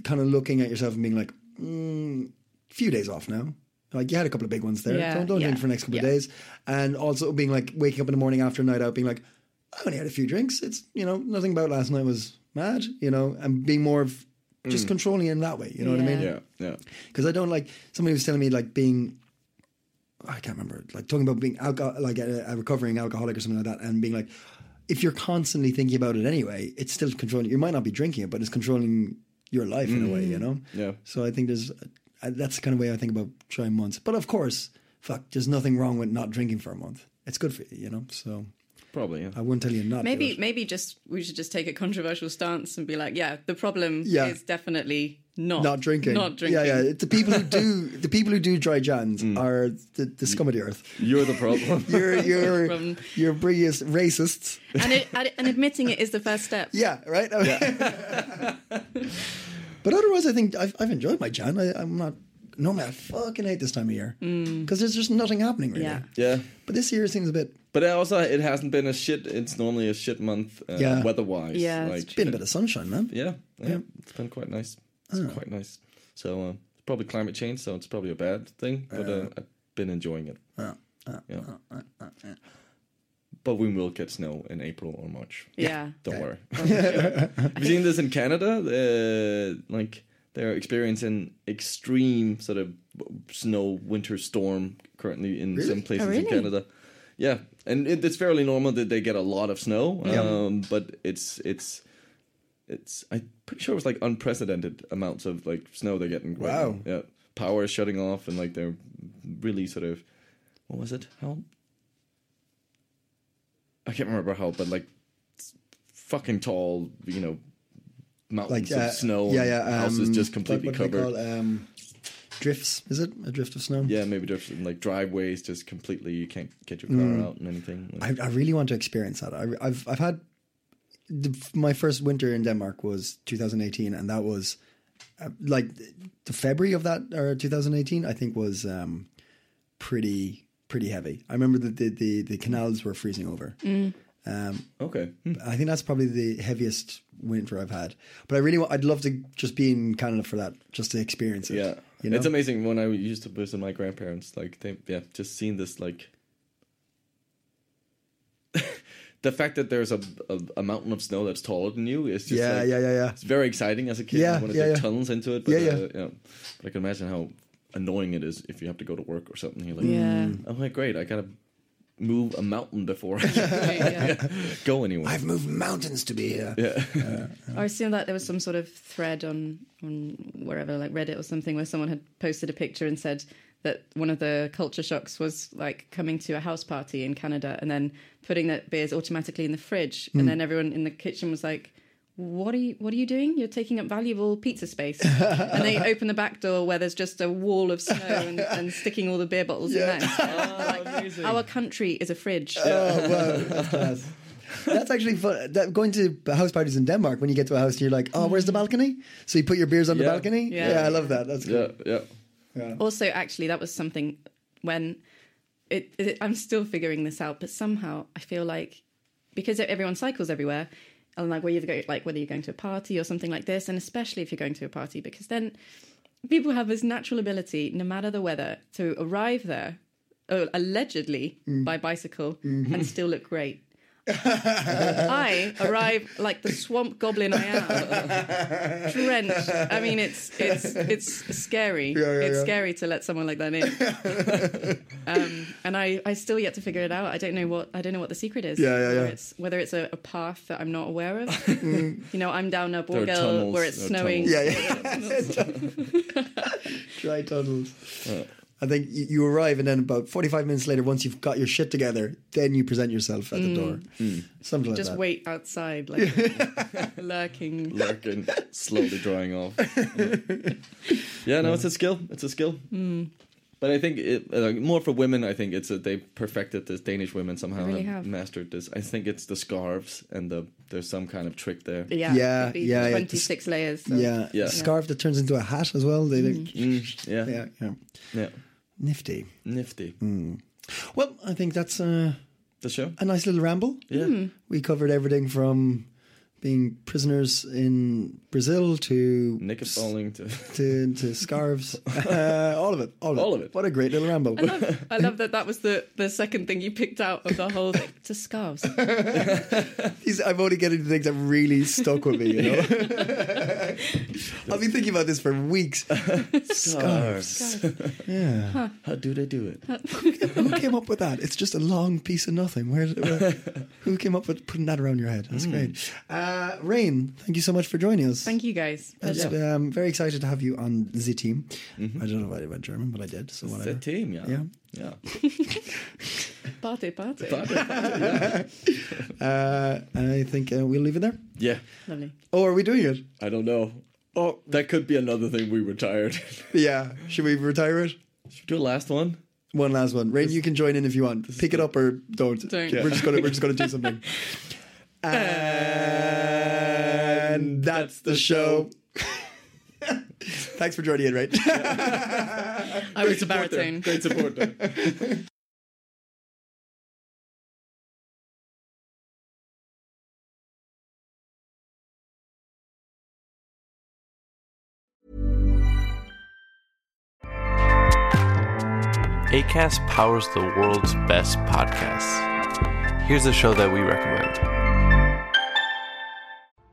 S1: kind of looking at yourself and being like, mm, few days off now. Like you had a couple of big ones there.
S4: Yeah,
S1: don't don't
S4: yeah,
S1: drink for the next couple
S4: yeah.
S1: of days. And also being like waking up in the morning after a night out, being like, I only had a few drinks. It's you know nothing about last night was mad. You know, and being more of just controlling it in that way. You know what I mean?
S4: Yeah.
S5: Yeah, yeah.
S1: because I don't like somebody was telling me like being I can't remember like talking about being alcohol like a, a recovering alcoholic or something like that and being like if you're constantly thinking about it anyway it's still controlling you might not be drinking it but it's controlling your life in a way you know
S5: Yeah.
S1: so I think there's uh, that's the kind of way I think about trying months but of course fuck there's nothing wrong with not drinking for a month it's good for you you know so
S5: Probably. Yeah.
S1: I wouldn't tell you not to do
S4: Maybe
S1: it.
S4: maybe just we should just take a controversial stance and be like, yeah, the problem
S1: Yeah.
S4: is definitely not
S1: not drinking
S4: Not drinking.
S1: yeah yeah the people who
S4: <laughs>
S1: do the people who do dry jans are the, the scum of the earth
S5: You're the
S1: <laughs>
S5: problem.
S1: you're you're
S4: From-
S1: you're biggest racists.
S4: And it, ad- and admitting it is the first step.
S1: Yeah, right. <laughs> but otherwise, I think I've, I've enjoyed my Jan. I, I'm not normally I fucking hate this time of year because there's just nothing happening really.
S4: Yeah.
S5: yeah.
S1: But this year seems a bit
S5: But I also, it hasn't been a shit. It's normally a shit month, uh,
S1: Yeah.
S5: weather-wise.
S4: Yeah, it's
S5: like
S1: been a bit of sunshine, man.
S5: yeah, yeah, Oh. It's been quite nice. It's quite nice. So uh, it's probably climate change, so it's probably a bad thing. But uh, I've been enjoying it. yeah. But we will get snow in April or March.
S4: Yeah.
S5: Don't worry. We've seen this in Canada. Uh, like they're experiencing extreme sort of snow winter storm currently in some places in
S4: really?
S5: Canada. Yeah, and it, it's fairly normal that they get a lot of snow. Um, but it's it's it's I'm pretty sure it was like unprecedented amounts of like snow they're getting. right
S1: Wow.
S5: now. Yeah, power is shutting off, and like they're really sort of what was it? How I can't remember how, but like s- fucking tall, you know, mountains
S1: uh,
S5: of snow. and
S1: Yeah, yeah. Um,
S5: houses just
S1: what-
S5: completely
S1: what do they
S5: covered.
S1: call, um,
S2: drifts. Is it a drift of snow?
S5: Yeah, maybe there's like driveways just completely you can't get your car
S1: Mm.
S5: out and anything.
S2: I, I really want to experience that. I, I've I've had the, my first winter in Denmark was 2018, and that was uh, like the February of that uh, or 2018. I think was um, pretty pretty heavy. I remember that the, the the canals were freezing over.
S5: okay.
S1: Hmm.
S2: I think that's probably the heaviest winter I've had. But I really want, I'd love to just be in Canada for that, just to experience it.
S5: Yeah,
S2: you know?
S5: it's amazing when I used to visit my grandparents. Like they, yeah, just seeing this like <laughs> the fact that there's a, a a mountain of snow that's taller than you is just
S2: Yeah,
S5: like-
S2: yeah, yeah, yeah.
S5: It's very exciting as a kid.
S2: Yeah,
S5: I want to
S2: yeah,
S5: dig
S2: yeah.
S5: tunnels into it. But,
S2: Yeah,
S5: uh,
S2: yeah.
S5: But I can imagine how annoying it is if you have to go to work or something. You're like,
S4: Yeah.
S5: oh my great, I gotta move a mountain before I can <laughs> go anywhere.
S2: I've moved mountains to be here. Yeah.
S4: Or I assume that there was some sort of thread on on wherever, like Reddit or something, where someone had posted a picture and said that one of the culture shocks was like coming to a house party in Canada and then putting the beers automatically in the fridge, and then everyone in the kitchen was like. What are you? What are you doing? You're taking up valuable pizza space. and they open the back door where there's just a wall of snow and, and sticking all the beer bottles in there. Like, Our country is a fridge.
S2: That's actually fun. That, going to house parties in Denmark, when you get to a house, you're like, oh, where's the balcony? So you put your beers on the
S5: Yeah.
S2: balcony.
S4: Yeah.
S2: I love that. That's cool.
S5: yeah, yeah.
S4: Also, actually, that was something when it, it. I'm still figuring this out, but somehow I feel like because everyone cycles everywhere, and like whether you go, like whether you're going to a party or something like this, and especially if you're going to a party, because then people have this natural ability, no matter the weather, to arrive there oh, allegedly
S2: Mm.
S4: by bicycle
S2: Mm-hmm.
S4: and still look
S2: <laughs>
S4: great. I arrive like the swamp goblin I am, drenched. I mean, it's it's it's scary.
S2: yeah,
S4: it's
S2: yeah.
S4: scary to let someone like that
S2: <laughs>
S4: in. um, and I I still yet to figure it out. I don't know what I don't know what the secret is.
S2: Yeah, yeah,
S4: Whether
S2: yeah. Mm.
S4: it's whether it's a, a path that I'm not
S2: <laughs>
S4: aware of. you know, I'm down a
S5: are
S4: Borgel
S5: tunnels,
S4: where it's
S5: there are
S4: snowing.
S5: tunnels.
S2: Yeah,
S4: <laughs>
S2: yeah. Dry tunnels. I think you, you arrive, and then about 45 minutes later, once you've got your shit together, then you present yourself at
S5: Mm.
S2: the door. Something like
S4: Just
S2: that.
S4: wait
S2: <laughs>
S4: outside, like lurking.
S5: lurking, slowly
S2: <laughs>
S5: drying off. yeah, no, it's a skill. It's a skill. But I think it, uh, more for women. I think it's a, they perfected this. Danish women somehow
S4: really
S5: have
S4: have.
S5: mastered this. I think it's the scarves and the there's some kind of trick there.
S4: Yeah,
S2: Yeah,
S4: it'd be
S2: yeah, yeah,
S4: Twenty-six layers. so-
S2: Yeah.
S5: Yeah.
S2: A scarf that turns into a hat as well. They, they,
S5: Mm, yeah.
S2: yeah, Hmm.
S5: yeah,
S2: yeah. Nifty.
S5: nifty.
S2: Well, I think that's uh,
S5: The show.
S2: a nice little ramble.
S5: Yeah,
S4: Hmm.
S2: We covered everything from being prisoners in Brazil to
S5: naked falling to <laughs>
S2: to, to scarves, <laughs> uh, all of it, all of,
S5: All
S2: it.
S5: of it.
S2: What a great little ramble!
S4: I love that that was the, the second thing you picked out of the whole
S2: <laughs>
S4: thing. To scarves.
S2: These- I'm only getting the things that really stuck with me. You know, <laughs> I've been thinking about this for
S5: <laughs>
S2: weeks.
S5: scarves.
S2: Yeah,
S5: How do they do it?
S2: who came up with that? It's just a long piece of nothing. Where,
S5: <laughs>
S2: where who came up with putting that around your head?
S5: Hmm.
S2: That's great. Uh, Rain, thank you so much for joining us.
S4: Thank you guys.
S2: That's, um, very excited to have you on the team. I don't know if I went German, but I did. So
S5: The
S2: whatever.
S5: Mm-hmm. team. Yeah,
S2: Yeah.
S5: yeah.
S4: Party, party.
S2: Uh, I think uh, we'll leave it there.
S5: yeah.
S4: Lovely.
S2: Oh, are we doing it?
S5: I don't know.
S2: Oh,
S5: That could be another thing we <laughs> retired. Should
S2: yeah. Should we retire it?
S5: we do a last one?
S2: One last one. Rain, you can join in if you want. Pick it up or don't.
S4: Don't.
S2: We're just gonna we're just gonna do <laughs> something. Uh, And that's the show. <laughs> Thanks for joining in, right?
S4: I was a
S5: Supporter.
S4: baritone.
S5: Great supporter.
S8: ACAST powers the world's best podcasts. Here's a show that we recommend.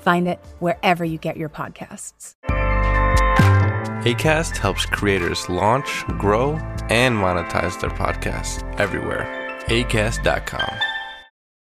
S9: Find it wherever you get your podcasts.
S8: ACAST helps creators launch, grow, and monetize their podcasts everywhere. ACAST.com.